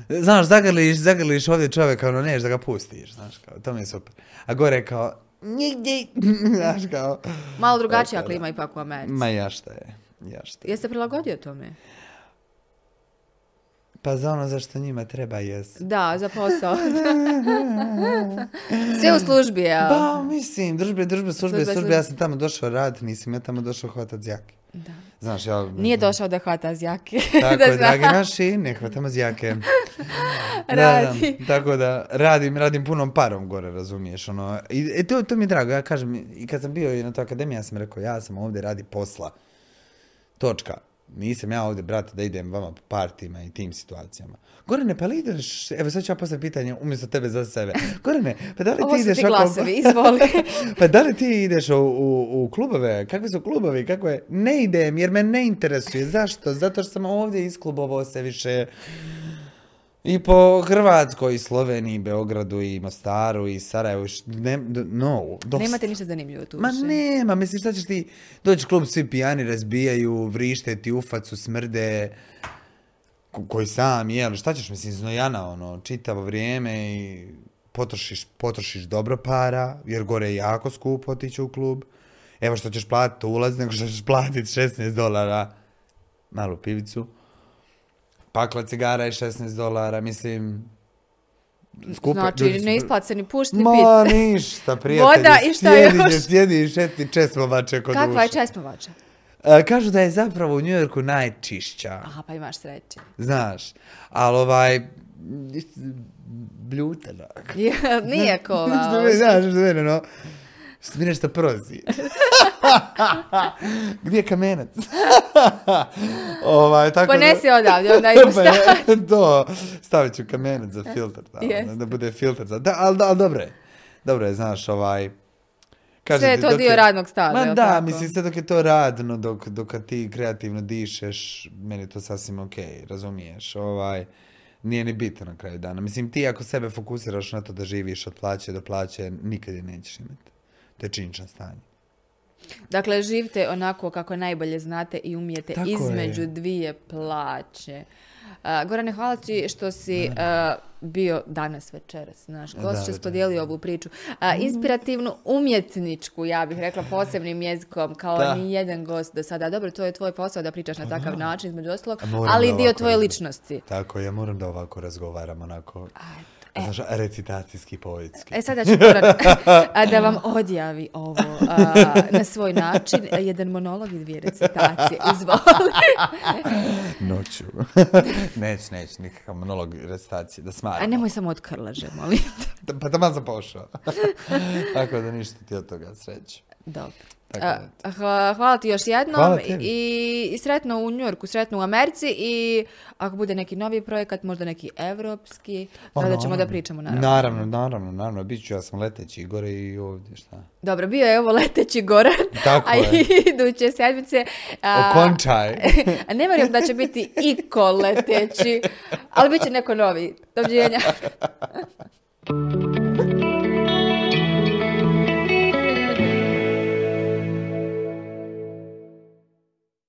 S2: znaš, zagrliš, zagrliš ovdje čovjeka, ono, neš da ga pustiš, znaš, kao, to mi je super. A gore kao, nigdje, znaš, kao,
S1: Malo drugačija
S2: Tako, da.
S1: klima ipak u Americi.
S2: ma ja šta je, ja šta je.
S1: Jeste prilagodio tome?
S2: Pa za ono zašto njima treba jes.
S1: Da, za posao. Sve u službi, jel?
S2: Pa, mislim, družbe, družbe, službe,
S1: Službe,
S2: službe,
S1: službe.
S2: ja sam tamo došao raditi, nisam ja tamo došao hvatat zjake.
S1: Da.
S2: Znaš, ja...
S1: Nije došao da hvata zjaki.
S2: Tako,
S1: da
S2: je,
S1: zna.
S2: dragi naši, ne hvatamo zjake. Da,
S1: Radi.
S2: Da, tako da, radim, radim punom parom gore, razumiješ, ono, i e, to, to mi je drago, ja kažem, i kad sam bio i na toj akademiji, ja sam rekao, ja sam ovdje radi posla, točka, nisam ja ovdje, brate, da idem vama po partijima i tim situacijama. Gorane, pa li ideš, evo sad ću ja postaviti pitanje umjesto tebe za sebe. Gorane, pa da li
S1: Ovo
S2: ti
S1: su
S2: ideš
S1: ti
S2: oko-
S1: glasovi, izvoli.
S2: pa da li ti ideš u, u, u klubove? Kakvi su klubovi? Kako je? Ne idem jer me ne interesuje. Zašto? Zato što sam ovdje isklubovao se više i po Hrvatskoj, i Sloveniji, i Beogradu, i Mostaru, i Sarajevu. i š- Ne, d- no, dosta.
S1: Nemate ništa zanimljivo tu.
S2: Ma
S1: više.
S2: nema, mislim šta ćeš ti doći klub, svi pijani razbijaju, vrište ti u facu, smrde, ko- koji sam je, ali šta ćeš, mislim, znojana, ono, čitavo vrijeme i potrošiš, potrošiš dobro para, jer gore je jako skupo otići u klub. Evo što ćeš platiti ulaz, nego što ćeš platiti 16 dolara malu pivicu. Pakla cigara je 16 dolara, mislim... skupo- ljudi
S1: Znači,
S2: su-
S1: ne isplati se ni pušti ni
S2: Ma
S1: pit.
S2: ništa, prijatelji.
S1: Voda i šta
S2: sjedi,
S1: još?
S2: Sjedi i šeti česmovače kod
S1: Kakva je
S2: uša.
S1: česmovača?
S2: A, Kažu da je zapravo u Njujorku najčišća,
S1: Aha, pa imaš sreće.
S2: znaš. Ali ovaj... Bljutena.
S1: Je, Nije kola.
S2: Što me, znaš, što mene, no. Što mi nešto prozi. Gdje je kamenac? ovaj, tako da-
S1: Ponesi odavde, onda idemo
S2: Pa
S1: staviti.
S2: je, to, stavit ću kamenac za filter, da, ono,
S1: Jeste.
S2: da bude filter za, da, ali, da, ali dobro je, dobro je, znaš, ovaj,
S1: Sve je
S2: ti,
S1: to
S2: dok
S1: dio radnog staža,
S2: Ma
S1: jel
S2: da,
S1: tako?
S2: mislim, sve dok je to radno, dok, dok kad ti kreativno dišeš, meni je to sasvim okej, razumiješ, ovaj, nije ni bitno na kraju dana. Mislim, ti ako sebe fokusiraš na to da živiš od plaće do plaće, nikad je nećeš imati. To je činično stanje.
S1: Dakle, živite onako kako najbolje znate i umijete
S2: Tako
S1: između
S2: je.
S1: dvije plaće. A, Gorane, hvala ti što si a, bio danas večeras naš
S2: Da,
S1: gost, što si
S2: da, Mhm.
S1: podijelio ovu priču. A, inspirativnu umjetničku, ja bih rekla posebnim jezikom, kao
S2: Da. Mhm.
S1: ni jedan gost do sada. Dobro, to je tvoj posao da pričaš na takav način, između ostalog,
S2: A moram
S1: ali
S2: da
S1: i dio
S2: ovako
S1: tvoje
S2: razgovaram.
S1: ličnosti.
S2: Tako, ja moram da ovako razgovaram, onako, znaš, recitacijski, poetski.
S1: E sada ću morat- a, da vam odjavi ovo a, na svoj način, jedan monolog i dvije recitacije. Izvoli.
S2: Noću. neć, neć, nikakav monolog recitacije, da
S1: A
S2: smaram.
S1: nemoj samo od krlaže, molim te.
S2: Pa tamo sam pošao. Tako da ništa ti od toga sreću.
S1: Dobro.
S2: Tako
S1: A, hva- hvala ti još jednom
S2: Hvala tebi.
S1: i, i sretno u Njorku, sretno u Americi i ako bude neki novi projekat, možda neki evropski,
S2: Pa,
S1: tada ćemo da pričamo naravno.
S2: Naravno, naravno, naravno. Bit ću, ja sam leteći i gore i ovdje, šta?
S1: Dobro, bio je ovo leteći Goran,
S2: Tako
S1: a
S2: je.
S1: iduće sedmice. a-
S2: Okončaj.
S1: a ne vjerujem da će biti iko leteći, ali bit će neko novi. Doviđenja.